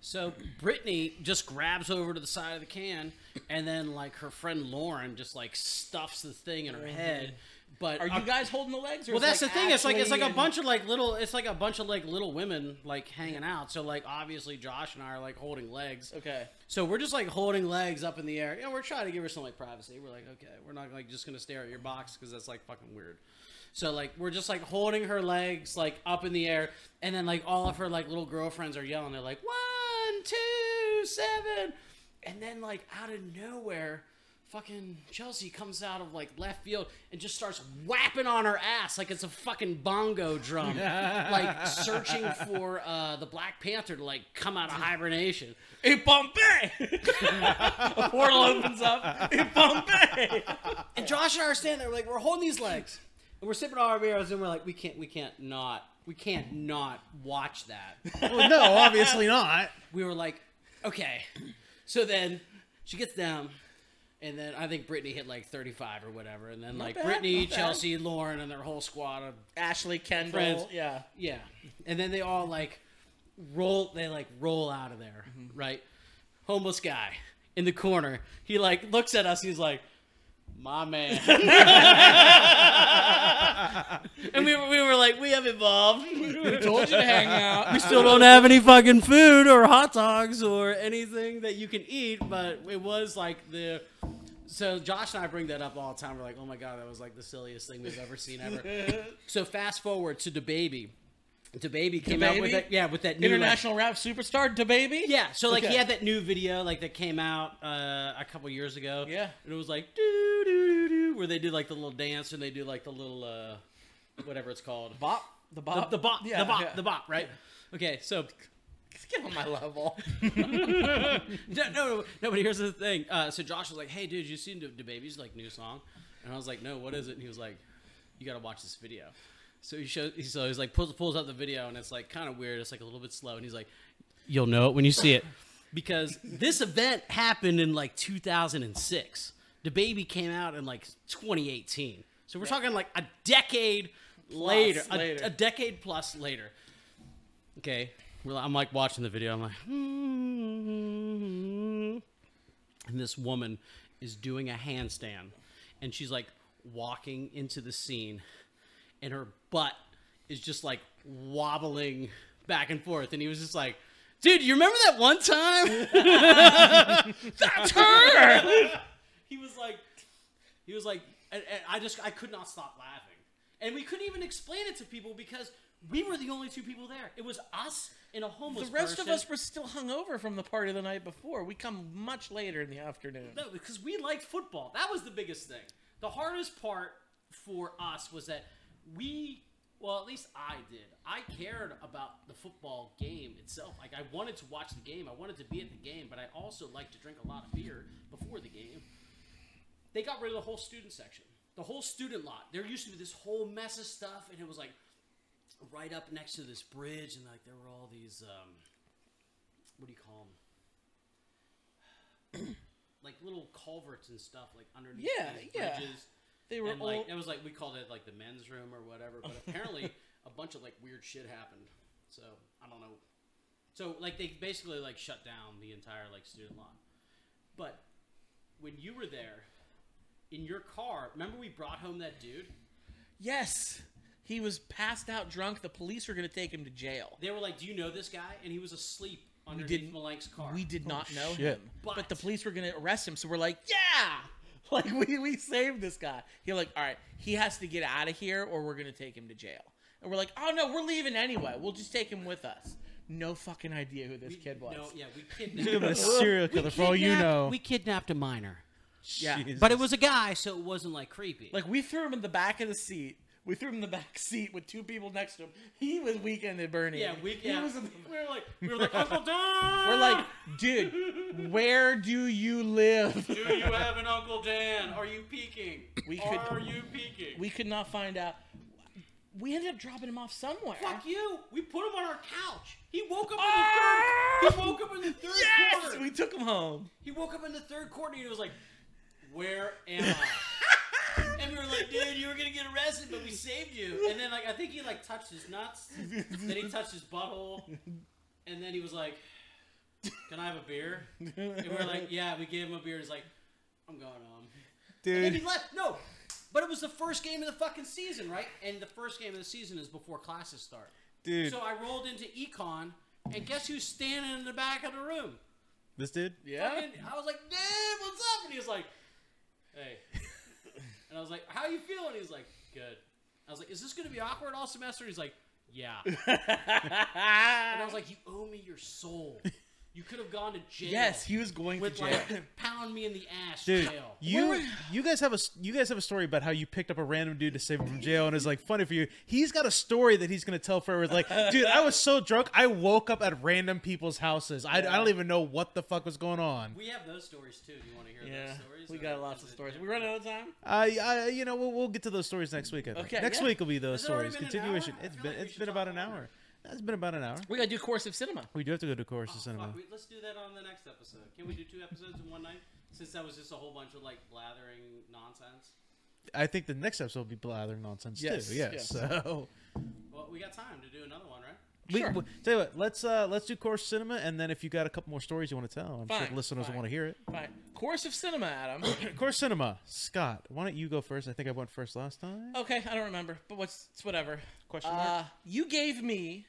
Speaker 3: So Brittany just grabs over to the side of the can, and then like her friend Lauren just like stuffs the thing in her head. But
Speaker 2: Mm-hmm. Are you guys holding the legs? Or
Speaker 3: Uh,
Speaker 2: is
Speaker 3: Well,
Speaker 2: it,
Speaker 3: that's the thing. It's like it's
Speaker 2: Ashley
Speaker 3: like a
Speaker 2: and-
Speaker 3: bunch of like little. It's like a bunch of like little women like hanging out. So like obviously Josh and I are like holding legs.
Speaker 2: Okay.
Speaker 3: So we're just like holding legs up in the air. You know, we're trying to give her some like privacy. We're like, okay, we're not like just gonna stare at your box because that's like fucking weird. So like we're just like holding her legs like up in the air, and then like all of her like little girlfriends are yelling. They're like one, two, seven, and then like out of nowhere, fucking Chelsea comes out of like left field and just starts whapping on her ass like it's a fucking bongo drum, like searching for uh, the Black Panther to like come out of hibernation.
Speaker 2: In Pompeii, a portal opens up in Pompeii.
Speaker 3: And Josh and I are standing there, like we're holding these legs, and we're sipping our beers, and we're like, we can't, we can't not, we can't not watch that.
Speaker 1: Well, no, obviously not.
Speaker 3: we were like, okay. So then she gets down, and then I think Brittany hit like 35 or whatever, and then like
Speaker 2: bad,
Speaker 3: Brittany,
Speaker 2: not bad.
Speaker 3: Chelsea, Lauren, and their whole squad of
Speaker 2: Ashley, Kendall,
Speaker 3: Friends.
Speaker 2: yeah.
Speaker 3: yeah, and then they all like roll. They like roll out of there, right? Homeless guy in the corner. He like looks at us. He's like, "My man." and we were, we were like, "We have evolved. we
Speaker 2: Told you to hang out.
Speaker 3: still don't have any fucking food or hot dogs or anything that you can eat." But it was like the. So Josh and I bring that up all the time. We're like, "Oh my god, that was like the silliest thing we've ever seen ever." So fast forward to the baby. The baby came out with
Speaker 2: DaBaby?
Speaker 3: that, yeah, with that new
Speaker 2: International rap superstar, da baby.
Speaker 3: like- yeah, so like
Speaker 2: Okay.
Speaker 3: he had that new video like that came out uh, a couple years ago.
Speaker 2: Yeah.
Speaker 3: and it was like doo doo doo doo, where they do like the little dance and they do like the little uh, whatever it's called,
Speaker 2: Bop. The bop.
Speaker 3: the, the bop,
Speaker 2: Yeah,
Speaker 3: the bop,
Speaker 2: yeah.
Speaker 3: the bop, right? Okay, so
Speaker 2: Get on my level.
Speaker 3: no, no, no, no, but here's the thing. Uh, so Josh was like, "Hey, dude, you seen the the baby's like new song?" And I was like, "No, what is it?" And he was like, "You got to watch this video." So he shows, he- so he's like pulls pulls out the video, and it's like kind of weird. It's like a little bit slow, and he's like, "You'll know it when you see it," because this event happened in like 2006. The baby came out in like 2018, so we're talking like a decade later, a-
Speaker 2: later.
Speaker 3: a decade plus later. Okay, we're li- I'm like watching the video. I'm like, "Hmm." and this woman is doing a handstand, and she's like walking into the scene, and her butt is just like wobbling back and forth. And he was just like, "Dude, you remember that one time? That's her." he was like, he was like, and, and I just I could not stop laughing, and we couldn't even explain it to people because we were the only two people there. It was us and a
Speaker 2: The
Speaker 3: homeless.
Speaker 2: rest of
Speaker 3: person.
Speaker 2: us were still hungover from the party the night before. We come much later in the afternoon.
Speaker 3: No, because we liked football. That was the biggest thing. The hardest part for us was that we, well, at least I did. I cared about the football game itself. Like I wanted to watch the game. I wanted to be at the game, but I also liked to drink a lot of beer before the game. They got rid of the whole student section, the whole student lot. There used to be this whole mess of stuff, and it was like right up next to this bridge, and like there were all these, um, what do you call them? like little culverts and stuff, like underneath
Speaker 2: Yeah,
Speaker 3: these
Speaker 2: yeah.
Speaker 3: bridges.
Speaker 2: They were
Speaker 3: and like
Speaker 2: all-
Speaker 3: it was like we called it like the men's room or whatever, but apparently a bunch of like weird shit happened. So I don't know. So like they basically like shut down the entire like student lot. But when you were there in your car, remember we brought home that dude?
Speaker 2: Yes, he was passed out drunk. The police were going to take him to jail.
Speaker 3: They were like, "Do you know this guy?" And he was asleep underneath
Speaker 2: didn't-
Speaker 3: Malink's car.
Speaker 2: We did not know
Speaker 1: shit.
Speaker 2: him, but,
Speaker 3: But-
Speaker 2: the police were going to arrest him. So we're like, yeah, like we we saved this guy. He's like, all right, he has to get out of here, or we're going to take him to jail. And we're like, oh no, we're leaving anyway. We'll just take him with us. No fucking idea who this kid was.
Speaker 3: No, yeah, we
Speaker 1: Give him a
Speaker 3: kidnapped.
Speaker 1: serial killer for all you know.
Speaker 3: we kidnapped a minor,
Speaker 2: Yeah.
Speaker 1: Jesus.
Speaker 3: but it was a guy, so it wasn't like creepy.
Speaker 2: Like we threw him in the back of the seat. We threw him in the back seat with two people next to him. He was weekend at Bernie.
Speaker 3: yeah, we, yeah.
Speaker 2: He was in the-
Speaker 3: we were like, we were like, Uncle Dan.
Speaker 2: we're like, dude, where do you live?
Speaker 3: do you have an Uncle Dan? Are you peeking?
Speaker 2: We could-
Speaker 3: Are you peeking?
Speaker 2: We could not find out. We ended up dropping him off somewhere.
Speaker 3: Fuck you! We put him on our couch. He woke up in the third. He woke up in the third
Speaker 2: Ah! Yes,
Speaker 3: quarter.
Speaker 2: we took him home.
Speaker 3: He woke up in the third quarter and he was like, Where am I? and we were like, dude, you were gonna get arrested, but we saved you. And then like I think he like touched his nuts, then he touched his butthole, and then he was like, Can I have a beer? And we were like, Yeah, we gave him a beer. He's like, I'm going home. And then he
Speaker 1: dude.
Speaker 3: left. No. But it was the first game of the fucking season, right? And the first game of the season is before classes start.
Speaker 1: Dude,
Speaker 3: So I rolled into econ, and guess who's standing in the back of the room?
Speaker 1: this dude.
Speaker 2: Yeah.
Speaker 3: fucking- I was like, "Damn, what's up?" And he was like, "Hey," and I was like, "How you feeling?" He was like, "Good." I was like, "Is this gonna be awkward all semester?" He's like, "Yeah." and I was like, "You owe me your soul. You could have gone to jail."
Speaker 2: yes, he was going to
Speaker 3: with
Speaker 2: jail.
Speaker 3: like pound me in the ass
Speaker 1: Dude,
Speaker 3: jail.
Speaker 1: you you guys have a s- you guys have a story about how you picked up a random dude to save him from jail, and it's like funny for you. He's got a story that he's gonna tell forever. It's like, dude, I was so drunk, I woke up at random people's houses. I, I don't even know what the fuck was going on.
Speaker 3: We have those stories too. Do you want to hear
Speaker 2: yeah,
Speaker 3: those stories?
Speaker 2: we
Speaker 3: or
Speaker 2: got
Speaker 3: is
Speaker 2: lots of
Speaker 3: it Oh,
Speaker 2: stories. We
Speaker 3: different?
Speaker 2: run out of time.
Speaker 1: I, I you know, we'll, we'll get to those stories next week. I think.
Speaker 2: Okay,
Speaker 1: next
Speaker 2: yeah.
Speaker 1: week will be those
Speaker 3: Has it already
Speaker 1: stories.
Speaker 3: been an
Speaker 1: Continuation.
Speaker 3: hour? I
Speaker 1: It's
Speaker 3: feel
Speaker 1: been
Speaker 3: like we
Speaker 1: it's
Speaker 3: should
Speaker 1: been
Speaker 3: talk
Speaker 1: about an
Speaker 3: longer.
Speaker 1: hour. That's been about an hour. Oh,
Speaker 2: We gotta do course of cinema.
Speaker 1: We do have to go to Chorus of Cinema.
Speaker 3: Fuck, we- let's do that on the next episode. Can we do two episodes in one night? Since that was just a whole bunch of like blathering nonsense.
Speaker 1: I think the next episode will be blathering nonsense
Speaker 2: Yes,
Speaker 1: too. Yeah.
Speaker 2: yes.
Speaker 1: So
Speaker 3: Well, we got time to do another one, right?
Speaker 1: we,
Speaker 2: Sure.
Speaker 1: we- tell you what, let's uh let's do Chorus Cinema, and then if you got a couple more stories you want to tell, I'm sure
Speaker 2: Fine,
Speaker 1: the listeners
Speaker 2: fine.
Speaker 1: want to hear it.
Speaker 2: Fine. Course of cinema, Adam.
Speaker 1: Chorus Cinema, Scott, why don't you go first? I think I went first last time.
Speaker 2: okay, I don't remember, but what's it's whatever.
Speaker 1: Question mark?
Speaker 2: Uh, you gave me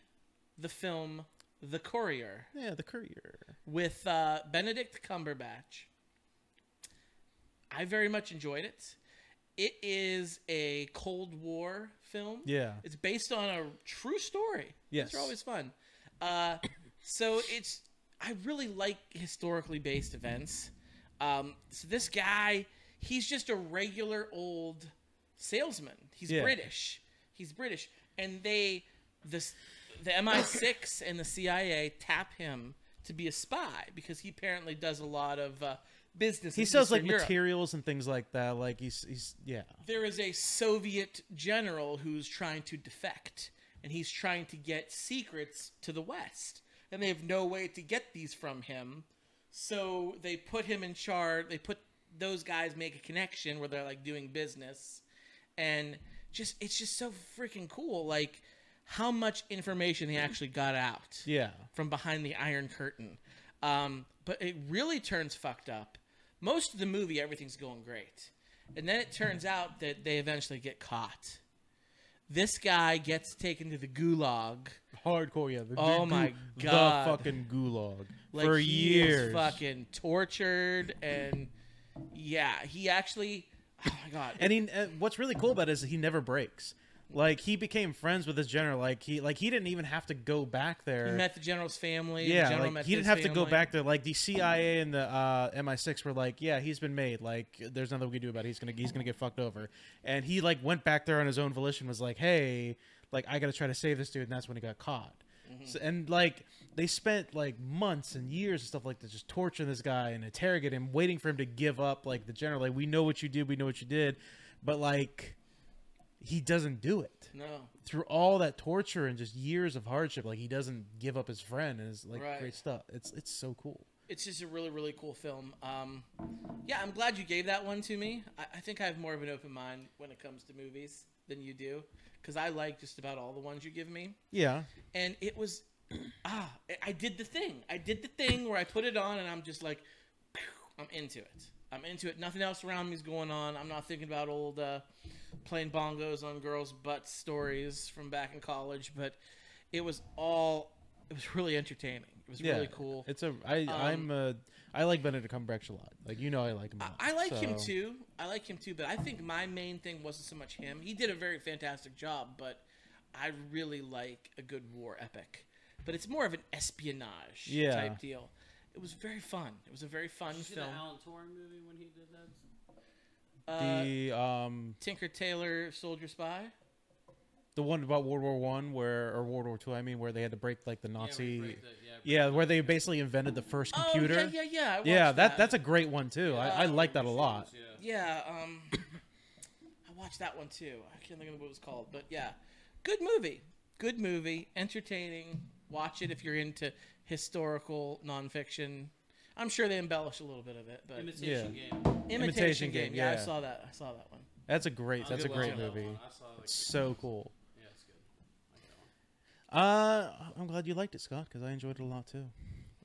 Speaker 2: the film The Courier
Speaker 1: yeah, the courier.
Speaker 2: with uh, Benedict Cumberbatch. I very much enjoyed it. It is a Cold War film.
Speaker 1: Yeah.
Speaker 2: It's based on a true story.
Speaker 1: Yes.
Speaker 2: These are always fun. Uh, so it's I really like historically based events. Um, so this guy, he's just a regular old salesman. He's
Speaker 1: Yeah.
Speaker 2: British. He's British, and they this the MI6 and the CIA tap him to be a spy because he apparently does a lot of uh, business.
Speaker 1: He
Speaker 2: in
Speaker 1: sells like
Speaker 2: Eastern Europe
Speaker 1: materials and things like that. Like he's he's yeah.
Speaker 2: there is a Soviet general who's trying to defect, and he's trying to get secrets to the West, and they have no way to get these from him. So they put him in charge. They put those guys make a connection where they're like doing business, and just it's just so freaking cool. Like how much information he actually got out
Speaker 1: Yeah.
Speaker 2: from behind the Iron Curtain. Um, but it really turns fucked up. Most of the movie, everything's going great. And then it turns out that they eventually get caught. This guy gets taken to the gulag.
Speaker 1: Hardcore, yeah. The, the
Speaker 2: Oh
Speaker 1: gu-
Speaker 2: my God.
Speaker 1: The fucking gulag.
Speaker 2: Like
Speaker 1: For
Speaker 2: he
Speaker 1: years.
Speaker 2: is fucking tortured and yeah, he actually oh my god.
Speaker 1: and he uh, what's really cool about it is he never breaks like he became friends with his general like he like he didn't even have to go back there
Speaker 2: he met the general's family. the
Speaker 1: yeah
Speaker 2: general
Speaker 1: like,
Speaker 2: met
Speaker 1: he
Speaker 2: his
Speaker 1: didn't have to go
Speaker 2: family.
Speaker 1: back there like the cia and the uh, mi6 were like yeah he's been made like there's nothing we can do about it he's gonna he's gonna get fucked over and he like went back there on his own volition was like hey like i gotta try to save this dude and that's when he got caught
Speaker 2: Mm-hmm.
Speaker 1: so, and like they spent like months and years and stuff like this, just torturing this guy and interrogating him, waiting for him to give up. Like the general, like we know what you did, we know what you did, but like he doesn't do it
Speaker 2: No.
Speaker 1: through all that torture and just years of hardship. Like he doesn't give up his friend, and it's like
Speaker 2: Right.
Speaker 1: great stuff. It's it's so cool.
Speaker 2: it's just a really really cool film um, yeah i'm glad you gave that one to me I, I think i have more of an open mind when it comes to movies than you do because i like just about all the ones you give me
Speaker 1: Yeah,
Speaker 2: and it was ah I- i did the thing i did the thing where i put it on and i'm just like i'm into it i'm into it nothing else around me is going on i'm not thinking about old uh, playing bongos on girls butts stories from back in college but it was all it was really entertaining it was
Speaker 1: yeah,
Speaker 2: really cool Um,
Speaker 1: It's a I I'm a I like Benedict Cumberbatch a lot. Like you know I like him. a lot.
Speaker 2: I like him
Speaker 1: So,
Speaker 2: too. I like him too, but I think my main thing wasn't so much him. He did a very fantastic job, but I really like a good war epic. But it's more of an espionage
Speaker 1: Yeah.
Speaker 2: type deal. It was very fun. It was a very fun
Speaker 3: See the
Speaker 2: film.
Speaker 3: Alan Turing movie when he did that?
Speaker 2: Uh,
Speaker 1: The um
Speaker 2: Tinker Tailor Soldier Spy.
Speaker 1: the one about World War One where or World War Two I mean where they had to break like the Nazi
Speaker 3: Yeah, we break the- yeah, break-
Speaker 1: Oh, Yeah, where they basically invented the first computer.
Speaker 2: Oh yeah, yeah, yeah. I watched
Speaker 1: Yeah, that that's a great one too. I, I like that a lot.
Speaker 3: Yeah.
Speaker 2: yeah. Um, I watched that one too. I can't think of what it was called, but yeah, good movie. Good movie, entertaining. Watch it if you're into historical nonfiction. I'm sure they embellish a little bit of it, but
Speaker 3: Imitation
Speaker 1: Yeah.
Speaker 3: Game.
Speaker 2: Imitation,
Speaker 1: Imitation
Speaker 2: Game.
Speaker 1: Game,
Speaker 2: Yeah,
Speaker 1: yeah.
Speaker 2: I saw that. I saw that one.
Speaker 1: That's a great that's a
Speaker 3: Good
Speaker 1: great
Speaker 3: one.
Speaker 1: movie.
Speaker 3: I saw like,
Speaker 1: It's so cool.
Speaker 3: yeah, it's good.
Speaker 1: Uh I'm glad you liked it, Scott, because I enjoyed it a lot too.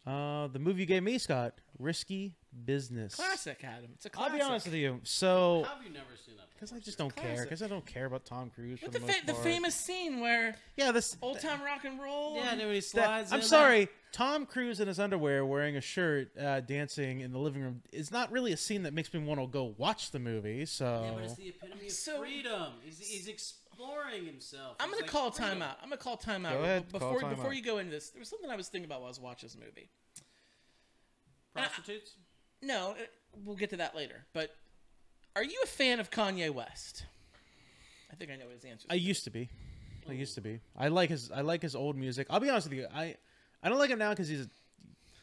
Speaker 1: Uh the movie you gave me, Scott, Risky Business.
Speaker 2: Classic, Adam. It's a
Speaker 1: I'll
Speaker 2: classic.
Speaker 1: be honest with you. So
Speaker 3: How have you never seen that?
Speaker 1: because I just don't care.
Speaker 2: classic.
Speaker 1: Because I don't care about Tom Cruise.
Speaker 2: With
Speaker 1: for
Speaker 2: the,
Speaker 1: the,
Speaker 2: fa-
Speaker 1: most
Speaker 2: the
Speaker 1: part.
Speaker 2: famous scene where
Speaker 1: Yeah, this.
Speaker 2: old time rock and roll.
Speaker 3: Yeah, when he
Speaker 1: that-
Speaker 3: slides.
Speaker 1: I'm sorry. Tom Cruise in his underwear, wearing a shirt, uh, dancing in the living room is not really a scene that makes me want to go watch the movie. So
Speaker 3: Yeah, but it's the epitome of
Speaker 2: So-
Speaker 3: freedom. He's, he's exploring himself.
Speaker 2: I'm
Speaker 3: He's
Speaker 2: gonna
Speaker 3: like,
Speaker 2: call
Speaker 3: freedom.
Speaker 2: timeout. I'm gonna call timeout
Speaker 1: Go ahead,
Speaker 2: before
Speaker 1: call timeout.
Speaker 2: before you go into this. There was something I was thinking about while I was watching this movie.
Speaker 3: Prostitutes?
Speaker 2: No, it- we'll get to that later. But are you a fan of Kanye West? I think I know his answer.
Speaker 1: I used to be. I used to be. I like his. I like his old music. I'll be honest with you. I, I don't like him now because he's, a,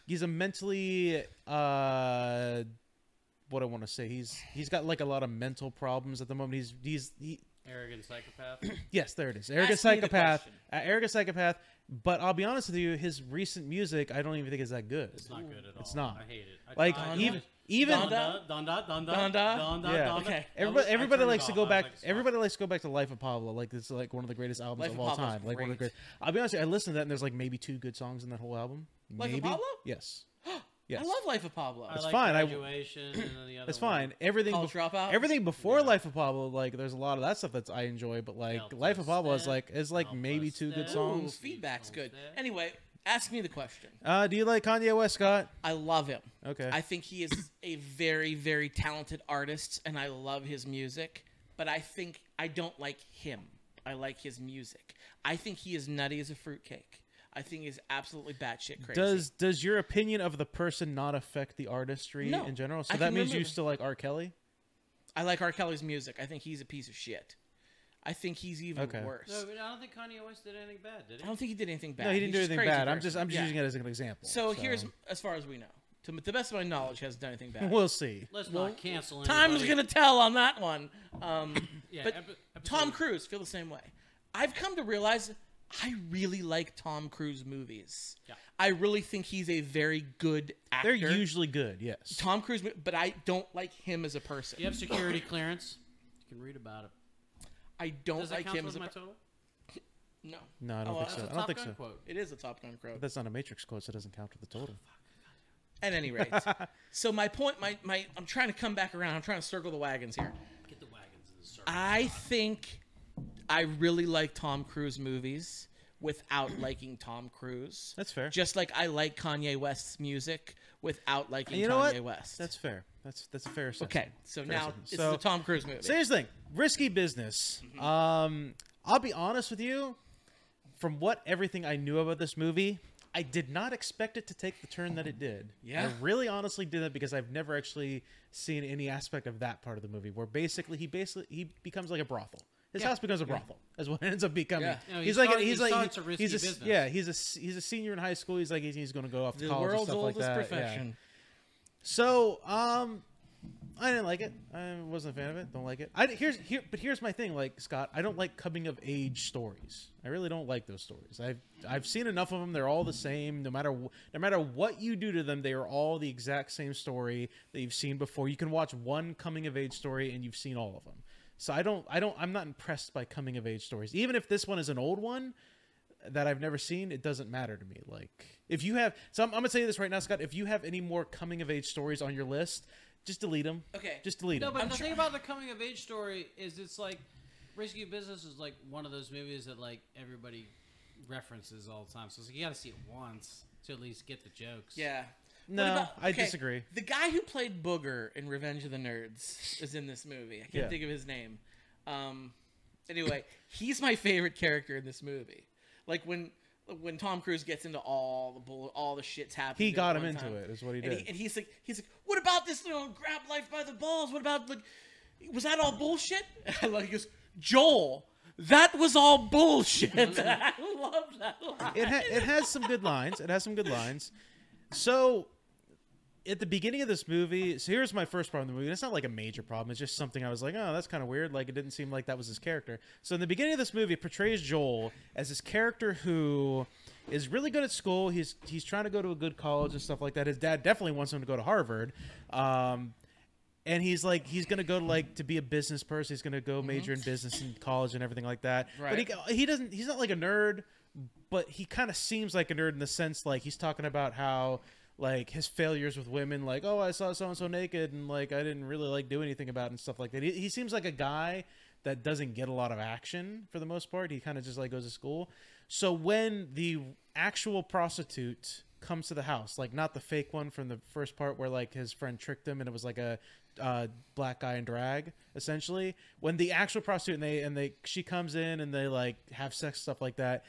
Speaker 1: he's a mentally, uh, what I want to say. He's he's got like a lot of mental problems at the moment. He's he's he.
Speaker 3: Arrogant psychopath.
Speaker 1: Yes, there it is. Arrogant
Speaker 2: Ask me the
Speaker 1: psychopath.
Speaker 2: question.
Speaker 1: Uh, arrogant psychopath. But I'll be honest with you. His recent music, I don't even think is that good.
Speaker 3: It's not good at all.
Speaker 1: It's not.
Speaker 3: I hate it. I
Speaker 1: Like
Speaker 3: tried.
Speaker 1: even even
Speaker 3: Donda, Donda, Donda, Donda,
Speaker 2: Donda?
Speaker 3: Donda.
Speaker 1: Yeah.
Speaker 2: Okay.
Speaker 1: Everybody,
Speaker 3: I
Speaker 1: everybody
Speaker 3: turned it
Speaker 1: likes to
Speaker 3: off.
Speaker 1: go
Speaker 3: I was
Speaker 1: back.
Speaker 3: like, stop.
Speaker 1: everybody likes to go back to Life of Pablo. Like this is like one of the greatest albums
Speaker 2: Life
Speaker 1: of
Speaker 2: of
Speaker 1: all
Speaker 2: Pablo's
Speaker 1: time. Like one of the
Speaker 2: great.
Speaker 1: great. I'll be honest, with you, I listened to that and there's like maybe two good songs in that whole album.
Speaker 2: Life of
Speaker 1: maybe.
Speaker 2: Pablo?
Speaker 1: Yes. yes.
Speaker 2: I love Life of Pablo.
Speaker 3: I like
Speaker 1: fine, I-
Speaker 3: Graduation and then the other
Speaker 1: It's
Speaker 3: one.
Speaker 1: fine. Everything.
Speaker 2: College
Speaker 1: bef-
Speaker 2: Dropout?
Speaker 1: Everything before Life of Pablo, like there's a lot of that stuff that I enjoy, but like
Speaker 3: Helpless
Speaker 1: Life of Pablo is
Speaker 3: Step,
Speaker 1: like is like maybe
Speaker 3: Helpless
Speaker 1: two good
Speaker 3: Step.
Speaker 2: Ooh,
Speaker 1: songs.
Speaker 2: feedback's good.
Speaker 3: There.
Speaker 2: Anyway, ask me the question.
Speaker 1: Uh, do you like Kanye West, Scott?
Speaker 2: I love him.
Speaker 1: Okay.
Speaker 2: I think he is a very, very talented artist, and I love his music. But I think I don't like him. I like his music. I think he is nutty as a fruitcake. I think he's absolutely batshit crazy.
Speaker 1: Does does your opinion of the person not affect the artistry
Speaker 2: No,
Speaker 1: in general? So
Speaker 2: I
Speaker 1: that
Speaker 2: can
Speaker 1: means you
Speaker 2: remember-
Speaker 1: still like R. Kelly?
Speaker 2: I like R. Kelly's music. I think he's a piece of shit. I think he's even
Speaker 1: Okay.
Speaker 2: worse.
Speaker 3: No, but I don't think Kanye West did anything bad, did
Speaker 2: I
Speaker 3: he?
Speaker 2: don't think he did anything bad.
Speaker 1: No, he didn't do
Speaker 2: He's just
Speaker 1: anything
Speaker 2: crazy
Speaker 1: bad. I'm
Speaker 2: person.
Speaker 1: just I'm just
Speaker 2: Yeah.
Speaker 1: using it as an example.
Speaker 2: So, here's as far as we know, to the best of my knowledge, he hasn't done anything bad.
Speaker 1: we'll see.
Speaker 3: Let's not cancel
Speaker 2: Time's
Speaker 3: anybody.
Speaker 2: gonna tell on that one. Um,
Speaker 3: Yeah,
Speaker 2: but
Speaker 3: epi- episode-
Speaker 2: Tom Cruise feel the same way. I've come to realize I really like Tom Cruise movies.
Speaker 3: Yeah.
Speaker 2: I really think he's a very good actor.
Speaker 1: They're usually good, yes.
Speaker 2: Tom Cruise, mo- but I don't like him as a person.
Speaker 3: You have security clearance. You can read about it.
Speaker 2: I don't
Speaker 3: Does that
Speaker 2: like
Speaker 3: count
Speaker 2: him
Speaker 3: as
Speaker 2: as a
Speaker 3: my
Speaker 2: per-
Speaker 3: total?
Speaker 2: No.
Speaker 1: No, I don't
Speaker 2: Oh,
Speaker 1: think
Speaker 2: that's
Speaker 1: so.
Speaker 2: a
Speaker 1: I don't
Speaker 2: Top
Speaker 1: think
Speaker 2: Gun
Speaker 1: so.
Speaker 2: quote. Oh, It is a Top Gun quote.
Speaker 1: But that's not a Matrix quote, so it doesn't count for the total.
Speaker 2: At any rate, so my point, my, my, I'm trying to come back around. I'm trying to circle the wagons here.
Speaker 3: Get the wagons in the circle.
Speaker 2: I think I really like Tom Cruise movies without liking Tom Cruise.
Speaker 1: That's fair.
Speaker 2: Just like I like Kanye West's music without liking
Speaker 1: You know
Speaker 2: Kanye
Speaker 1: what?
Speaker 2: West.
Speaker 1: That's fair. That's that's a fair assessment.
Speaker 2: okay. So now
Speaker 1: assessment.
Speaker 2: it's
Speaker 1: So-
Speaker 2: the Tom Cruise movie.
Speaker 1: So here's the thing: risky business.
Speaker 2: Mm-hmm.
Speaker 1: Um, I'll be honest with you. From what everything I knew about this movie, I did not expect it to take the turn that it did.
Speaker 2: Yeah.
Speaker 1: I really honestly didn't because I've never actually seen any aspect of that part of the movie where basically he basically he becomes like a brothel. His house becomes a brothel. Is what it ends up becoming.
Speaker 2: Yeah.
Speaker 3: No, he
Speaker 1: he's like a-
Speaker 3: started-
Speaker 1: he's
Speaker 3: he
Speaker 1: like
Speaker 3: starts a risky
Speaker 1: he's a,
Speaker 3: business.
Speaker 1: yeah he's a s- he's a senior in high school. He's like he's going to go off to
Speaker 2: the
Speaker 1: college and
Speaker 2: world's
Speaker 1: stuff
Speaker 2: oldest
Speaker 1: like that. Yeah.
Speaker 2: profession.
Speaker 1: So, um, I didn't like it. I wasn't a fan of it. Don't like it. I here's here, but here's my thing. Like Scott, I don't like coming of age stories. I really don't like those stories. I've I've seen enough of them. They're all the same. No matter wh- no matter what you do to them, they are all the exact same story that you've seen before. You can watch one coming of age story and you've seen all of them. So I don't I don't I'm not impressed by coming of age stories. Even if this one is an old one, that I've never seen, it doesn't matter to me. Like, if you have, so I'm, I'm gonna tell you this right now, Scott. If you have any more coming of age stories on your list, just delete them.
Speaker 2: Okay.
Speaker 1: Just delete
Speaker 3: No,
Speaker 1: them.
Speaker 3: but
Speaker 2: I'm
Speaker 3: the
Speaker 2: sure-
Speaker 3: thing about the coming of age story is it's like Risky Business is like one of those movies that like everybody references all the time. So it's like you got to see it once to at least get the jokes.
Speaker 2: Yeah. What
Speaker 1: No,
Speaker 2: about-
Speaker 1: I disagree.
Speaker 2: The guy who played Booger in Revenge of the Nerds is in this movie. I can't
Speaker 1: Yeah.
Speaker 2: think of his name. Um, anyway, he's my favorite character in this movie. Like when when Tom Cruise gets into all the bull, all the shit's happening.
Speaker 1: He got
Speaker 2: at
Speaker 1: him
Speaker 2: one
Speaker 1: into
Speaker 2: time.
Speaker 1: it, is what he
Speaker 2: And,
Speaker 1: did.
Speaker 2: and he's like, he's like, what about this little grab life by the balls? What about like, was that all bullshit? And I love. He goes, Joel, that was all bullshit. I love that line.
Speaker 1: it, ha- it has some good lines. It has some good lines. So, at the beginning of this movie, so here's my first problem with the movie. and It's not like a major problem. It's just something I was like, oh, that's kind of weird. Like, it didn't seem like that was his character. So, in the beginning of this movie, it portrays Joel as this character who is really good at school. He's he's trying to go to a good college and stuff like that. His dad definitely wants him to go to Harvard. Um, and he's like he's gonna go to like to be a business person he's gonna go major in business in college and everything like that but he, he doesn't he's not like a nerd but he kind of seems like a nerd in the sense like he's talking about how like his failures with women like oh i saw so and so naked and like i didn't really like do anything about it and stuff like that he, he seems like a guy that doesn't get a lot of action for the most part he kind of just like goes to school so when the actual prostitute comes to the house like not the fake one from the first part where like his friend tricked him and it was like a uh, black guy in drag essentially when the actual prostitute and they and they she comes in and they like have sex stuff like that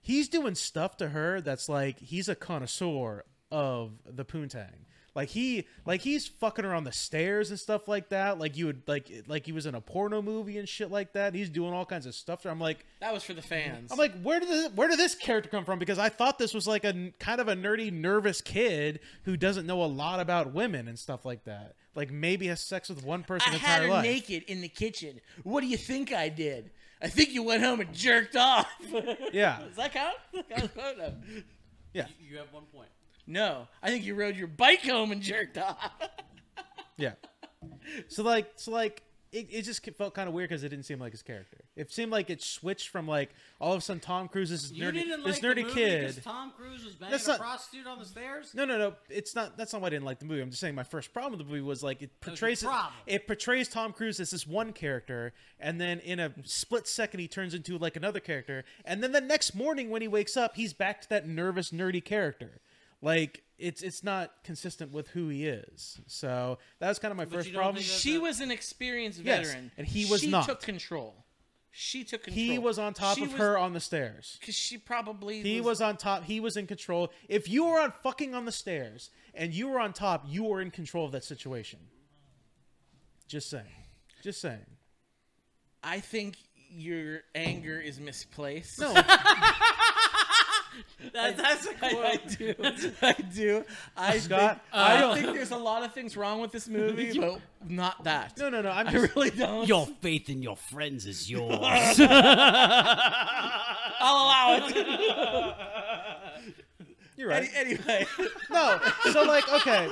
Speaker 1: he's doing stuff to her that's like he's a connoisseur of the poontang like he like he's fucking her on the stairs and stuff like that like you would like like he was in a porno movie and shit like that he's doing all kinds of stuff to her. i'm like
Speaker 2: That was for the fans.
Speaker 1: I'm like, where did this, where did this character come from? Because I thought this was like a n- kind of a nerdy, nervous kid who doesn't know a lot about women and stuff like that. Like maybe has sex with one person
Speaker 2: I
Speaker 1: his
Speaker 2: had
Speaker 1: entire
Speaker 2: her
Speaker 1: life.
Speaker 2: naked in the kitchen. What do you think I did? I think you went home and jerked off.
Speaker 1: Yeah,
Speaker 2: Does that count? That was- no.
Speaker 3: You, you have one point.
Speaker 2: No, I think you rode your bike home and jerked off.
Speaker 1: yeah. So like, so like, it, it just felt kind of weird because it didn't seem like his character. It seemed like it switched from like all of a sudden Tom Cruise is this
Speaker 3: You
Speaker 1: nerdy,
Speaker 3: didn't
Speaker 1: this
Speaker 3: like
Speaker 1: nerdy
Speaker 3: the movie 'cause
Speaker 1: kid.
Speaker 3: Tom Cruise was banging
Speaker 1: That's
Speaker 3: a
Speaker 1: not-
Speaker 3: prostitute on the stairs.
Speaker 1: No, no, no. It's not. That's not why I didn't like the movie. I'm just saying my first problem with the movie was like it
Speaker 3: was
Speaker 1: portrays
Speaker 3: your problem.
Speaker 1: it portrays Tom Cruise as this one character, and then in a split second he turns into like another character, and then the next morning when he wakes up he's back to that nervous nerdy character. Like it's it's not consistent with who he is. So that was kind of my first
Speaker 3: you don't
Speaker 1: problem.
Speaker 3: think that's-
Speaker 2: she was an experienced
Speaker 1: Yes,
Speaker 2: veteran,
Speaker 1: and he was
Speaker 2: she
Speaker 1: not.
Speaker 2: took control. She took control.
Speaker 1: He was on top
Speaker 2: She
Speaker 1: of
Speaker 2: was-
Speaker 1: her on the stairs.
Speaker 2: because she probably
Speaker 1: He was on top. He was in control. If you were on fucking on the stairs and you were on top, you were in control of that situation. Just saying. Just saying.
Speaker 2: I think your anger is misplaced.
Speaker 1: No,
Speaker 2: That- that's a quote. I, do. I do. I
Speaker 1: Scott, uh,
Speaker 2: think,
Speaker 1: I
Speaker 2: I,
Speaker 1: don't-
Speaker 2: think there's a lot of things wrong with this movie, but not that.
Speaker 1: no, no, no. I'm
Speaker 2: I
Speaker 1: just,
Speaker 2: really don't.
Speaker 3: Your faith in your friends is yours.
Speaker 2: I'll allow it.
Speaker 1: you're right.
Speaker 2: Any- anyway,
Speaker 1: No. So like, okay.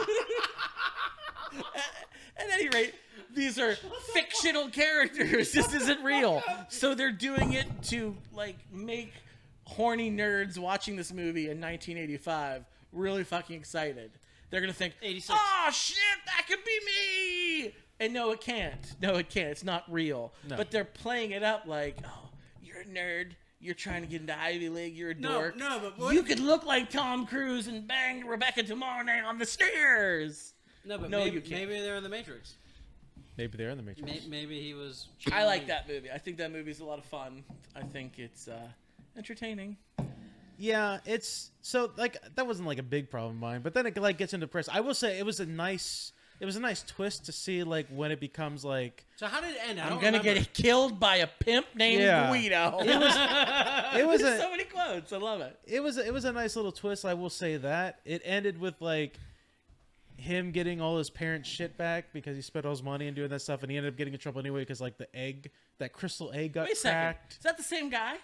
Speaker 2: at any rate, These are fictional characters. This isn't real. So they're doing it to like make horny nerds watching this movie in 1985 really fucking excited. They're gonna think,
Speaker 3: 86.
Speaker 2: "Oh shit, that could be me!" And no, it can't. No, it can't. It's not real. But they're playing it up like, "Oh, you're a nerd." You're trying to get into Ivy League. You're a
Speaker 3: No,
Speaker 2: dork.
Speaker 3: no, but what-
Speaker 2: you could look like Tom Cruise and bang Rebecca De Mornay on the stairs.
Speaker 3: No, but
Speaker 2: No,
Speaker 3: maybe,
Speaker 2: you can't.
Speaker 3: maybe they're in the Matrix.
Speaker 1: Maybe they're in the Matrix.
Speaker 3: May- Maybe he was.
Speaker 2: I like
Speaker 3: channeling-
Speaker 2: that movie. I think that movie's a lot of fun. I think it's uh, entertaining.
Speaker 1: Yeah, it's so like that wasn't like a big problem of mine, but then it like gets into press. I will say it was a nice, it was a nice twist to see like when it becomes like
Speaker 3: So how did it end? I
Speaker 2: I'm
Speaker 3: don't
Speaker 2: gonna
Speaker 3: remember.
Speaker 2: get killed by a pimp named
Speaker 1: Yeah.
Speaker 2: Guido.
Speaker 1: it was
Speaker 2: There's
Speaker 1: a
Speaker 2: so many quotes. I love it.
Speaker 1: it was it was a nice little twist. I will say that it ended with like him getting all his parents' shit back because he spent all his money and doing that stuff, and he ended up getting in trouble anyway because like the egg, that crystal egg got
Speaker 2: Wait a second.
Speaker 1: cracked.
Speaker 2: Is that the same guy?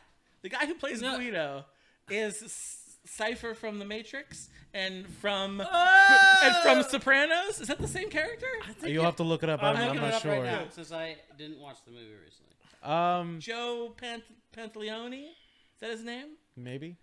Speaker 2: The guy who plays
Speaker 3: No.
Speaker 2: Guido is S- Cipher from The Matrix and from and
Speaker 3: Oh!
Speaker 2: from Sopranos. Is that the same character?
Speaker 1: You'll have to look it up. I'm, I'm
Speaker 3: looking it
Speaker 1: not
Speaker 3: up
Speaker 1: sure.
Speaker 3: right now since I didn't watch the movie recently.
Speaker 1: um,
Speaker 2: Joe Pant- Pantaleone. Is that his name?
Speaker 1: maybe.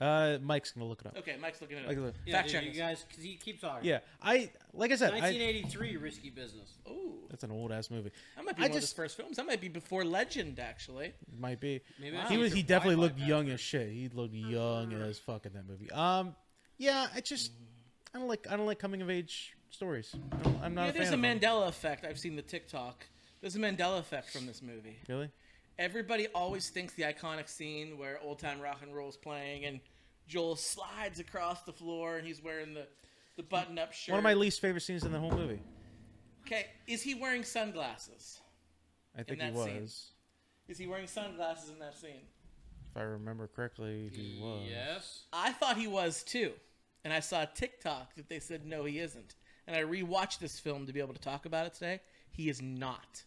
Speaker 1: Uh, Mike's gonna look it up.
Speaker 2: Okay, Mike's looking it
Speaker 1: Like,
Speaker 2: up.
Speaker 1: look.
Speaker 3: Yeah,
Speaker 2: Fact
Speaker 3: dude,
Speaker 2: check.
Speaker 3: you guys, because you keep talking.
Speaker 1: Yeah, I like I said, I,
Speaker 3: 1983, risky business.
Speaker 2: Ooh,
Speaker 1: that's an old ass movie.
Speaker 2: that might be
Speaker 1: I
Speaker 2: one of his
Speaker 1: just-
Speaker 2: first films. That might be before Legend, actually.
Speaker 1: It might be.
Speaker 3: Maybe I
Speaker 1: he
Speaker 3: need
Speaker 1: was.
Speaker 3: to
Speaker 1: He definitely
Speaker 3: Wi-Fi
Speaker 1: looked
Speaker 3: that
Speaker 1: young as shit. He looked
Speaker 2: Uh-huh.
Speaker 1: young as fuck in that movie. Um, yeah, I just I don't like I don't like coming of age stories. I don't, I'm not
Speaker 2: Yeah,
Speaker 1: a fan.
Speaker 2: there's a
Speaker 1: of them.
Speaker 2: Mandela effect. I've seen the TikTok. There's a Mandela effect from this movie.
Speaker 1: Really?
Speaker 2: Everybody always thinks the iconic scene where old time rock and roll is playing and Joel slides across the floor and he's wearing the, the button up shirt.
Speaker 1: One of my least favorite scenes in the whole movie.
Speaker 2: okay, is he wearing sunglasses?
Speaker 1: I think he
Speaker 2: that
Speaker 1: was,
Speaker 2: scene. Is he wearing sunglasses in that scene?
Speaker 1: if I remember correctly, he was.
Speaker 3: Yes.
Speaker 2: I thought he was too, and I saw a TikTok that they said no, he isn't. And I rewatched this film to be able to talk about it today. He is not.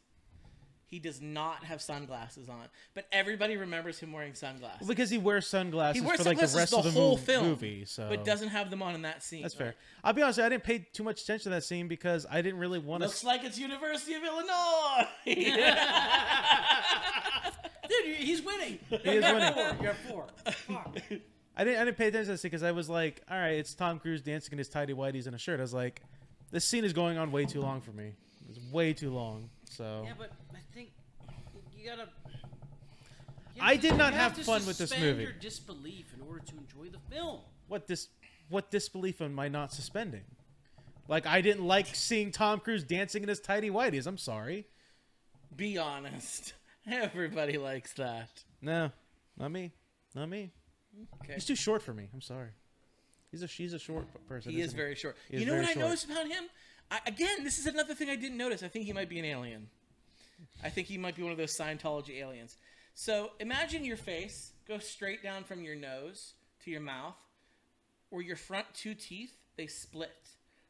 Speaker 2: He does not have sunglasses on, but everybody remembers him wearing sunglasses.
Speaker 1: Well, because he wears sunglasses
Speaker 2: he wears
Speaker 1: for like
Speaker 2: sunglasses
Speaker 1: the rest
Speaker 2: the,
Speaker 1: of the
Speaker 2: whole
Speaker 1: mov-
Speaker 2: film,
Speaker 1: movie, so
Speaker 3: Oh.
Speaker 2: but doesn't have them on in that scene.
Speaker 1: That's fair. I'll be honest. I didn't pay too much attention to that scene because I didn't really want to.
Speaker 2: Looks like it's University of Illinois.
Speaker 3: Dude, he's winning.
Speaker 1: He is winning.
Speaker 3: Four. You're four. Fuck.
Speaker 1: I didn't I didn't pay attention to this because I was like, all right, it's Tom Cruise dancing in his tidy whities and a shirt. I was like, this scene is going on way too long for me. It's way too long. So
Speaker 3: Yeah, but I think you gotta. you
Speaker 1: I
Speaker 3: have to-
Speaker 1: did not
Speaker 3: you
Speaker 1: have
Speaker 3: to
Speaker 1: fun with this
Speaker 3: suspend
Speaker 1: movie.
Speaker 3: Your disbelief in order to enjoy the film.
Speaker 1: what this what disbelief am I not suspending? Like I didn't like seeing Tom Cruise dancing in his tidy whities. I'm sorry.
Speaker 2: Be honest. Everybody likes that.
Speaker 1: No, not me. Not me.
Speaker 2: Okay.
Speaker 1: He's too short for me. I'm sorry. He's a she's a short p- person.
Speaker 2: He is
Speaker 1: isn't
Speaker 2: very short.
Speaker 1: He is
Speaker 2: you know
Speaker 1: very
Speaker 2: what I
Speaker 1: short.
Speaker 2: noticed about him? I, again, this is another thing I didn't notice. I think he might be an alien. I think he might be one of those Scientology aliens. So imagine your face go straight down from your nose to your mouth, where your front two teeth they split.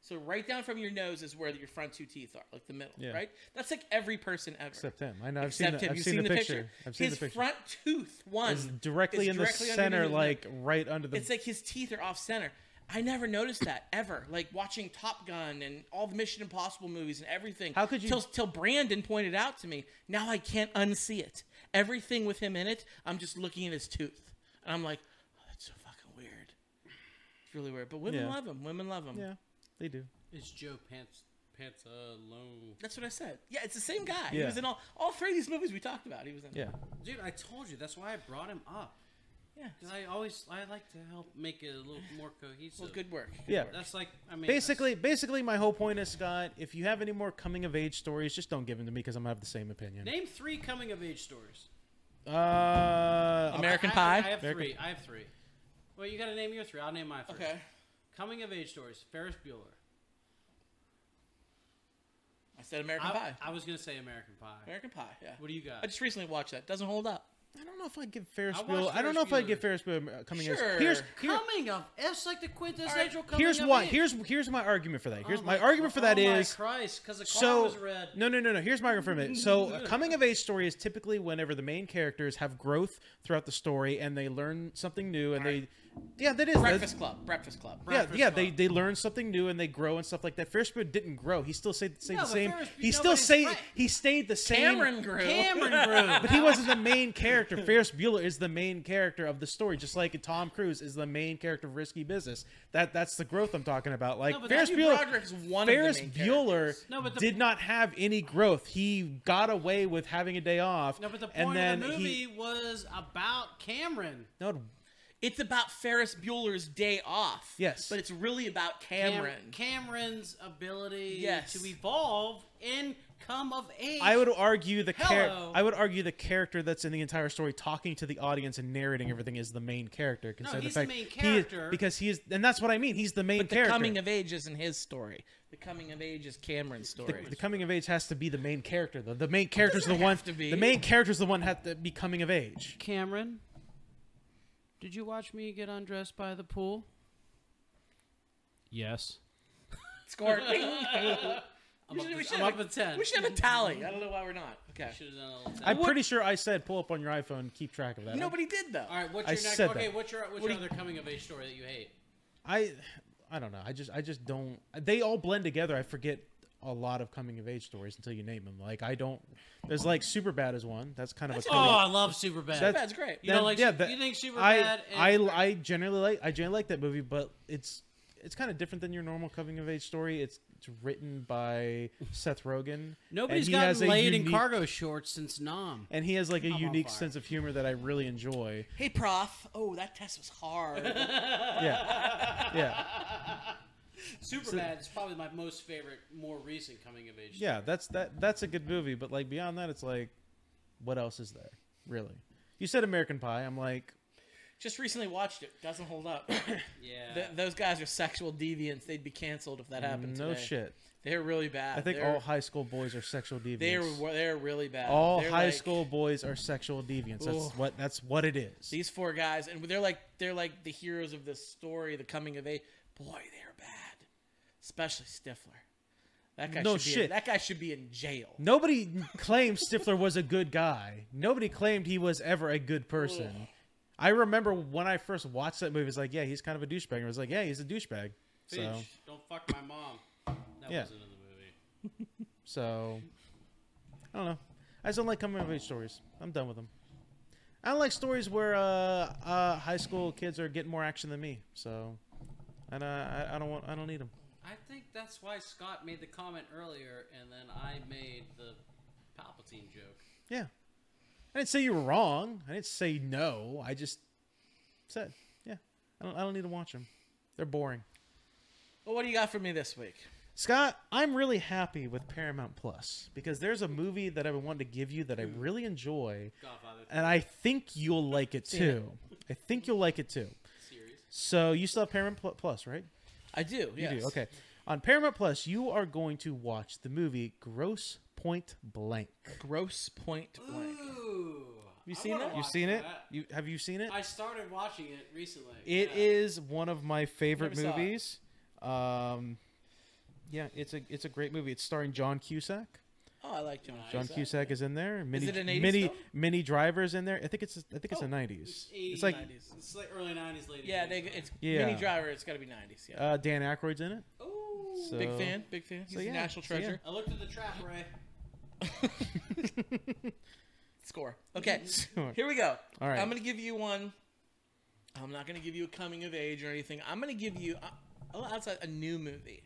Speaker 2: So right down from your nose is where your front two teeth are, like the middle,
Speaker 1: Yeah.
Speaker 2: right? That's like every person ever.
Speaker 1: Except him. I know. I've
Speaker 2: Except
Speaker 1: seen. The,
Speaker 2: him.
Speaker 1: I've
Speaker 2: You've
Speaker 1: seen, the, picture.
Speaker 2: picture.
Speaker 1: I've seen
Speaker 2: His
Speaker 1: the picture.
Speaker 2: front tooth, one,
Speaker 1: It's directly
Speaker 2: is
Speaker 1: in the
Speaker 2: directly
Speaker 1: center,
Speaker 2: underneath his
Speaker 1: like
Speaker 2: lip.
Speaker 1: right under the
Speaker 2: It's like his teeth are off center. I never noticed that ever. Like watching Top Gun and all the Mission Impossible movies and everything.
Speaker 1: How could you-
Speaker 2: Till, till Brandon pointed out to me. Now I can't unsee it. Everything with him in it, I'm just looking at his tooth, and I'm like, oh, that's so fucking weird. It's really weird. But women
Speaker 1: Yeah.
Speaker 2: love him. Women love him.
Speaker 1: Yeah, they do.
Speaker 3: It's Joe Pants Pants alone.
Speaker 2: That's what I said. Yeah, it's the same guy. He
Speaker 1: Yeah.
Speaker 2: was in all all three of these movies we talked about. He was in.
Speaker 1: Yeah.
Speaker 3: Dude, I told you. That's why I brought him up.
Speaker 2: Yeah.
Speaker 3: Because I always I like to help make it a little more cohesive.
Speaker 2: Well, good work.
Speaker 1: Yeah.
Speaker 3: That's like I mean. that's-
Speaker 1: Basically, basically, my whole point is, Scott, if you have any more coming of age stories, just don't give them to me because I'm gonna have the same opinion.
Speaker 3: name three coming of age stories.
Speaker 1: Uh,
Speaker 2: American
Speaker 3: I,
Speaker 2: Pie.
Speaker 3: I have
Speaker 1: American-
Speaker 3: three. I have three. Well, you gotta name your three. I'll name my three.
Speaker 2: Okay.
Speaker 3: Coming of age stories. Ferris Bueller.
Speaker 2: I said American
Speaker 3: I,
Speaker 2: Pie.
Speaker 3: I was gonna say American Pie.
Speaker 2: American Pie. Yeah.
Speaker 3: What do you got?
Speaker 2: I just recently watched that. Doesn't hold up.
Speaker 1: I don't know if I give Ferris
Speaker 3: I watched
Speaker 1: Bueller. I don't
Speaker 3: Ferris
Speaker 1: know if I
Speaker 3: Bueller.
Speaker 1: give Ferris Bueller uh, coming of
Speaker 2: Sure.
Speaker 1: age. Here's here,
Speaker 3: coming of it's like the quintessential coming
Speaker 1: here's
Speaker 3: of
Speaker 1: why.
Speaker 3: age.
Speaker 1: Here's here's my argument for that. Here's
Speaker 3: Oh
Speaker 1: my, argument for that
Speaker 3: oh my
Speaker 1: is
Speaker 3: Christ, because the car
Speaker 1: so
Speaker 3: was red.
Speaker 1: no no no no. Here's my argument for a minute. So a coming of age story is typically whenever the main characters have growth throughout the story and they learn something new and they yeah, that is that's-
Speaker 2: Breakfast Club. Breakfast Club.
Speaker 1: Yeah,
Speaker 4: Breakfast
Speaker 1: yeah, they
Speaker 4: Club.
Speaker 1: they learn something new and they grow and stuff like that. Ferris Bueller didn't grow. He still stayed, stayed
Speaker 4: No,
Speaker 1: the
Speaker 4: but
Speaker 1: same.
Speaker 4: Ferris-
Speaker 1: he still
Speaker 4: nobody's
Speaker 1: stayed.
Speaker 4: right.
Speaker 1: He stayed the same.
Speaker 2: Cameron grew.
Speaker 4: Cameron
Speaker 1: But he wasn't the main character. Ferris Bueller is the main character of the story, just like Tom Cruise is the main character of Risky Business. That that's the growth I'm talking about. Like
Speaker 4: but
Speaker 1: Ferris
Speaker 2: Matthew
Speaker 1: Bueller,
Speaker 2: Broderick's one
Speaker 1: Ferris
Speaker 2: of the main
Speaker 1: Bueller
Speaker 2: characters.
Speaker 4: No, but the-
Speaker 1: did not have any growth. He got away with having a day off.
Speaker 4: No, but the
Speaker 1: and
Speaker 4: point
Speaker 1: then
Speaker 4: of the movie
Speaker 1: He,
Speaker 4: was about Cameron.
Speaker 1: no, it-
Speaker 2: It's about Ferris Bueller's day off.
Speaker 1: Yes.
Speaker 2: But it's really about
Speaker 4: Cam-
Speaker 2: Cameron.
Speaker 4: Cameron's ability
Speaker 2: Yes.
Speaker 4: to evolve and come of age.
Speaker 1: I would argue the char-
Speaker 4: Hello.
Speaker 1: I would argue the character that's in the entire story, talking to the audience and narrating everything, is the main character. considering
Speaker 4: he's
Speaker 1: the,
Speaker 4: the
Speaker 1: fact
Speaker 4: main
Speaker 1: he is-
Speaker 4: character.
Speaker 1: because he is, and that's what I mean. He's the main
Speaker 2: but the
Speaker 1: character.
Speaker 2: coming of age isn't his story. The coming of age is Cameron's
Speaker 1: the,
Speaker 2: story.
Speaker 1: the coming of age has to be the main character. though. the main character's the one.
Speaker 2: to be.
Speaker 1: The main character's the one had to be coming of age.
Speaker 3: Cameron, did you watch me get undressed by the pool? Yes.
Speaker 2: Score.
Speaker 4: I'm up
Speaker 2: we
Speaker 4: to-
Speaker 2: should
Speaker 4: I'm
Speaker 2: have
Speaker 4: up to ten.
Speaker 2: we should have a tally. I don't know why we're not. Okay.
Speaker 4: Should've done a little ten.
Speaker 1: I'm pretty sure I said pull up on your iPhone, keep track of that.
Speaker 2: Nobody did though.
Speaker 3: All right. What's
Speaker 1: I
Speaker 3: your next?
Speaker 1: said
Speaker 3: okay.
Speaker 1: that.
Speaker 3: What's your what's your other coming of age story that you hate?
Speaker 1: I, I don't know. I just, I just don't. They all blend together. I forget a lot of coming of age stories until you name them. Like I don't. There's like Super Bad is one. That's kind of a.
Speaker 4: Oh,
Speaker 1: coming-
Speaker 4: I love Superbad.
Speaker 1: That's-
Speaker 2: That's great.
Speaker 3: You don't like Sup- you think
Speaker 1: I,
Speaker 3: Superbad
Speaker 1: I,
Speaker 3: and-
Speaker 1: I generally like I generally like that movie, but it's it's kind of different than your normal coming of age story. It's it's written by Seth Rogen.
Speaker 3: Nobody's
Speaker 1: and he has
Speaker 3: gotten
Speaker 1: a
Speaker 3: laid in
Speaker 1: unique-
Speaker 3: cargo shorts since Nom.
Speaker 1: And he has like a
Speaker 3: on
Speaker 1: unique
Speaker 3: fire.
Speaker 1: sense of humor that I really enjoy.
Speaker 2: Hey, prof. Oh, that test was hard.
Speaker 1: Yeah, yeah,
Speaker 3: Superbad is probably my most favorite, more recent coming of age.
Speaker 1: yeah. That's that. That's a good movie, but like beyond that, it's like, what else is there really? You said American Pie. I'm like,
Speaker 2: Just recently watched it. Doesn't hold up.
Speaker 3: Yeah.
Speaker 2: Th- those guys are sexual deviants. They'd be canceled if that happened.
Speaker 1: no
Speaker 2: today.
Speaker 1: shit.
Speaker 2: They're really bad.
Speaker 1: I think
Speaker 2: they're,
Speaker 1: all high school boys are sexual deviants.
Speaker 2: they're they're really bad.
Speaker 1: all
Speaker 2: They're
Speaker 1: high
Speaker 2: like-
Speaker 1: school boys are sexual deviants. That's
Speaker 2: Ugh.
Speaker 1: what. That's what it is.
Speaker 2: These four guys, and they're like they're like the heroes of this story, the coming of age. Boy, they're bad, especially Stifler. That guy
Speaker 1: No
Speaker 2: should be
Speaker 1: shit.
Speaker 2: In, that guy should be in jail.
Speaker 1: Nobody claimed Stifler was a good guy. Nobody claimed he was ever a good person. I remember when I first watched that movie, it's like, yeah, he's kind of a douchebag. And I was like, yeah, he's a douchebag.
Speaker 3: Bitch,
Speaker 1: So,
Speaker 3: don't fuck my mom. That
Speaker 1: Yeah.
Speaker 3: wasn't in the movie.
Speaker 1: so I don't know. I just don't like coming of age stories. I'm done with them. I don't like stories where uh, uh, high school kids are getting more action than me. So, and uh, I, I don't want, I don't need them.
Speaker 3: I think that's why Scott made the comment earlier, and then I made the Palpatine joke.
Speaker 1: Yeah, I didn't say you were wrong. I didn't say no. I just said, yeah, I don't, I don't need to watch them. They're boring.
Speaker 2: Well, what do you got for me this week?
Speaker 1: Scott, I'm really happy with Paramount Plus because there's a movie that I've been wanting to give you that I really enjoy,
Speaker 3: Godfather
Speaker 1: and I think you'll like it too. I think you'll like it too.
Speaker 3: series.
Speaker 1: So you still have Paramount Pl- Plus, right?
Speaker 2: I do.
Speaker 1: You
Speaker 2: Yes.
Speaker 1: do. Okay. On Paramount Plus, you are going to watch the movie Gross Point Blank. Have
Speaker 2: Gross Point Blank.
Speaker 3: Ooh.
Speaker 1: you
Speaker 3: I
Speaker 1: seen
Speaker 3: wanna
Speaker 1: it? You've
Speaker 3: watch
Speaker 1: seen it?
Speaker 3: that.
Speaker 1: You have you seen it?
Speaker 3: I started watching it recently.
Speaker 1: It is
Speaker 3: yeah.
Speaker 1: one of my favorite
Speaker 2: Never saw it.
Speaker 1: movies. Um, yeah, it's a it's a great movie. It's starring John Cusack.
Speaker 2: Oh, I like John.
Speaker 1: John Cusack is in there. Mini,
Speaker 2: it an 80s
Speaker 1: mini,
Speaker 2: film?
Speaker 1: mini drivers in there. I think it's I think it's a
Speaker 3: Oh,
Speaker 1: nineties. It's
Speaker 3: 80s,
Speaker 1: like
Speaker 3: 90s. it's like early nineties, late.
Speaker 2: Yeah,
Speaker 3: 80s.
Speaker 2: they, it's
Speaker 1: Yeah.
Speaker 2: Mini Driver. It's got to be '90s. Yeah.
Speaker 1: uh, Dan Aykroyd's in it.
Speaker 3: Ooh.
Speaker 1: So,
Speaker 2: big fan. Big fan. He's
Speaker 1: so yeah,
Speaker 2: a national
Speaker 1: so yeah.
Speaker 2: treasure.
Speaker 3: I looked at the trap Ray.
Speaker 2: Score. Okay.
Speaker 1: Sure.
Speaker 2: Here we go.
Speaker 1: All right.
Speaker 2: I'm gonna give you one. I'm not gonna give you a coming of age or anything. I'm gonna give you uh, outside a new movie.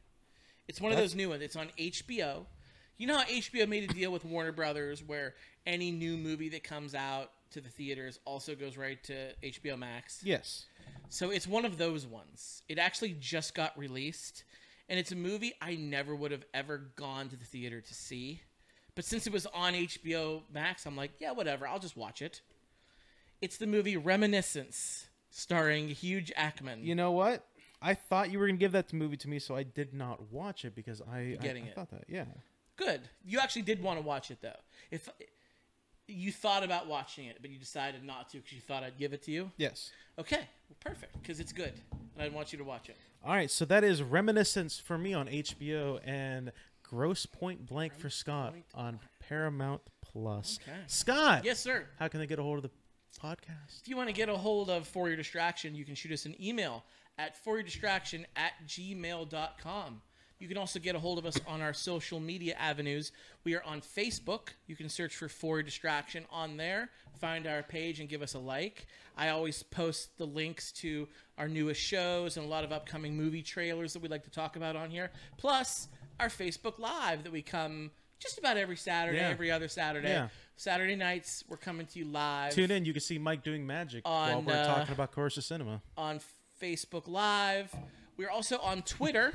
Speaker 2: It's one of
Speaker 1: That's-
Speaker 2: those new ones. It's on HBO. You know how HBO made a deal with Warner Brothers where any new movie that comes out to the theaters also goes right to HBO Max.
Speaker 1: Yes.
Speaker 2: So it's one of those ones. It actually just got released, and it's a movie I never would have ever gone to the theater to see. But since it was on HBO Max, I'm like, yeah, whatever, I'll just watch it. It's the movie Reminiscence, starring Hugh Jackman.
Speaker 1: You know what? I thought you were gonna give that to- movie to me, so I did not watch it because I I-
Speaker 2: Getting
Speaker 1: I,
Speaker 2: it.
Speaker 1: thought that. Yeah.
Speaker 2: Good. You actually did want to watch it, though. If you thought about watching it, but you decided not to because you thought I'd give it to you.
Speaker 1: Yes.
Speaker 2: Okay, perfect, because it's good, and I want you to watch it.
Speaker 1: All right, so that is Reminiscence for me on HBO and Gross Point Blank for Scott on Paramount Plus.
Speaker 2: Okay.
Speaker 1: Scott,
Speaker 2: Yes, sir.
Speaker 1: how can they get a hold of the podcast.
Speaker 2: If you want to get a hold of For Your Distraction, you can shoot us an email at foryourdistraction at gmail.com. You can also get a hold of us on our social media avenues. We are on Facebook. You can search for For Your Distraction on there, find our page, and give us a like. I always post the links to our newest shows and a lot of upcoming movie trailers that we like to talk about on here, plus our Facebook Live that we come just about every Saturday,
Speaker 1: Yeah.
Speaker 2: every other Saturday.
Speaker 1: Yeah.
Speaker 2: Saturday nights, we're coming to you live.
Speaker 1: Tune in. You can see Mike doing magic while
Speaker 2: On,
Speaker 1: we're
Speaker 2: uh,
Speaker 1: talking about Chorus of Cinema.
Speaker 2: on Facebook Live. We're also on Twitter.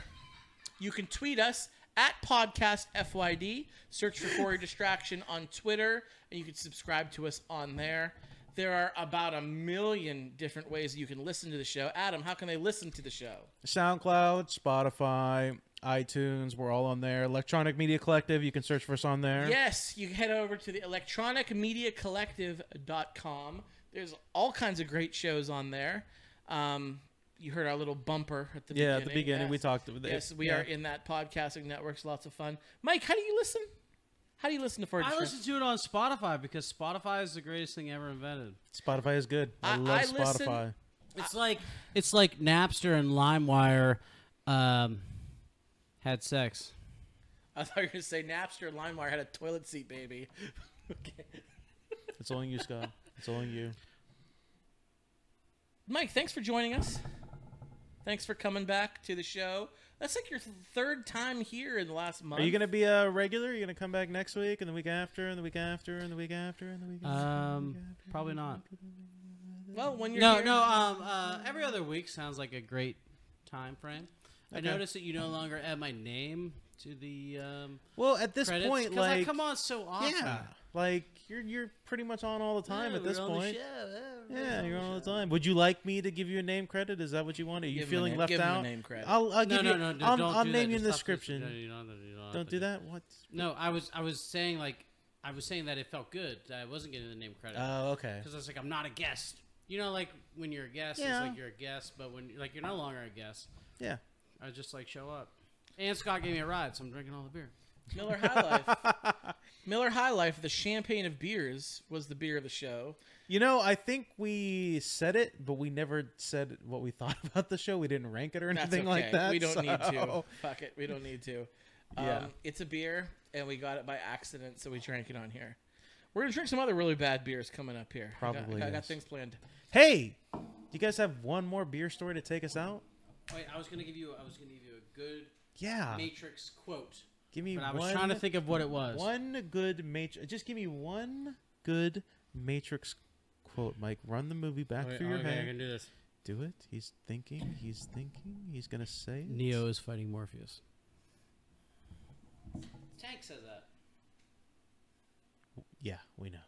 Speaker 2: You can tweet us at podcast FYD. Search for Corey Distraction on Twitter, and you can subscribe to us on there. There are about a million different ways you can listen to the show. Adam, how can they listen to the show?
Speaker 1: SoundCloud, Spotify, iTunes. We're all on there. Electronic Media Collective. You can search for us on there.
Speaker 2: Yes, you head over to the electronicmediacollective.com. There's all kinds of great shows on there. Um, you heard our little bumper at the
Speaker 1: Yeah,
Speaker 2: beginning.
Speaker 1: at the beginning we
Speaker 2: Yes.
Speaker 1: talked about
Speaker 2: Yes, we
Speaker 1: yeah.
Speaker 2: are in that podcasting network's lots of fun. Mike, how do you listen? How do you listen to Forge?
Speaker 3: I listen to it on Spotify because Spotify is the greatest thing ever invented.
Speaker 1: Spotify is good. I,
Speaker 2: I-
Speaker 1: love
Speaker 2: I listen-
Speaker 1: Spotify.
Speaker 3: It's like it's like Napster and LimeWire um, had sex.
Speaker 2: I thought you were going to say Napster and LimeWire had a toilet seat baby. okay.
Speaker 1: It's all on you, Scott. It's all on you.
Speaker 2: Mike, thanks for joining us. Thanks for coming back to the show. That's like your third time here in the last month.
Speaker 1: Are you gonna be a regular? Are you gonna come back next week and the week after and the week after and the week after and the week after?
Speaker 3: Um, probably not.
Speaker 2: Well, when you're
Speaker 3: No,
Speaker 2: here-
Speaker 3: no. Um, uh, every other week sounds like a great time frame. I
Speaker 1: Okay.
Speaker 3: noticed that you no longer add my name to the um,
Speaker 1: well, at this
Speaker 3: credits
Speaker 1: point,
Speaker 3: 'cause
Speaker 1: like,
Speaker 3: I come on so often.
Speaker 1: yeah, like you're you're pretty much on all the time
Speaker 3: Yeah,
Speaker 1: at this
Speaker 3: we're on the
Speaker 1: point.
Speaker 3: show, yeah, we're
Speaker 1: Yeah,
Speaker 3: on
Speaker 1: you're
Speaker 3: the
Speaker 1: on all the
Speaker 3: show.
Speaker 1: time. Would you like me to give you a name credit? Is that what you want? Are you
Speaker 2: Give him a
Speaker 1: feeling
Speaker 2: name-
Speaker 1: left
Speaker 2: give him a
Speaker 1: out?
Speaker 2: name credit.
Speaker 1: I'll, I'll
Speaker 3: No,
Speaker 1: give
Speaker 3: no,
Speaker 1: you.
Speaker 3: no. no
Speaker 1: I'll,
Speaker 3: don't
Speaker 1: I'll
Speaker 3: do
Speaker 1: name
Speaker 3: that.
Speaker 1: you in the
Speaker 3: Just stop this. No,
Speaker 1: description.
Speaker 3: you don't, have to- you don't have
Speaker 1: Don't
Speaker 3: to
Speaker 1: do that. What?
Speaker 3: No, I was I was saying like I was saying that it felt good that I wasn't getting the name credit
Speaker 1: Oh, okay.
Speaker 3: because I was like I'm not a guest. You know, like when you're a guest,
Speaker 1: Yeah.
Speaker 3: it's like you're a guest, but when like you're no longer a guest,
Speaker 1: Yeah.
Speaker 3: I just like show up. And Scott gave me a ride, so I'm drinking all the beer.
Speaker 2: Miller High Life. Miller High Life, the champagne of beers, was the beer of the show.
Speaker 1: You know, I think we said it, but we never said what we thought about the show. We didn't rank it or
Speaker 2: That's
Speaker 1: anything
Speaker 2: okay.
Speaker 1: like that.
Speaker 2: We don't need to.
Speaker 1: so-
Speaker 2: Fuck it. We don't need to.
Speaker 1: Yeah.
Speaker 2: Um, it's a beer, and we got it by accident, so we drank it on here. We're gonna drink some other really bad beers coming up here. I got- I
Speaker 1: Probably,
Speaker 2: got, I got
Speaker 1: yes.
Speaker 2: things planned.
Speaker 1: Hey, do you guys have one more beer story to take us out?
Speaker 3: Wait, I was gonna give you I was gonna give you a good
Speaker 1: Yeah.
Speaker 3: Matrix quote,
Speaker 1: Ah. Give me
Speaker 3: but I
Speaker 1: one.
Speaker 3: was trying to think of what it was.
Speaker 1: One good matrix. Just give me one good matrix quote, Mike. Run the movie back
Speaker 3: Okay,
Speaker 1: through your
Speaker 3: okay, I
Speaker 1: head.
Speaker 3: can do this.
Speaker 1: Do it. He's thinking. He's thinking. He's gonna say it.
Speaker 3: Neo is fighting Morpheus. Tank says that.
Speaker 1: Yeah, we know.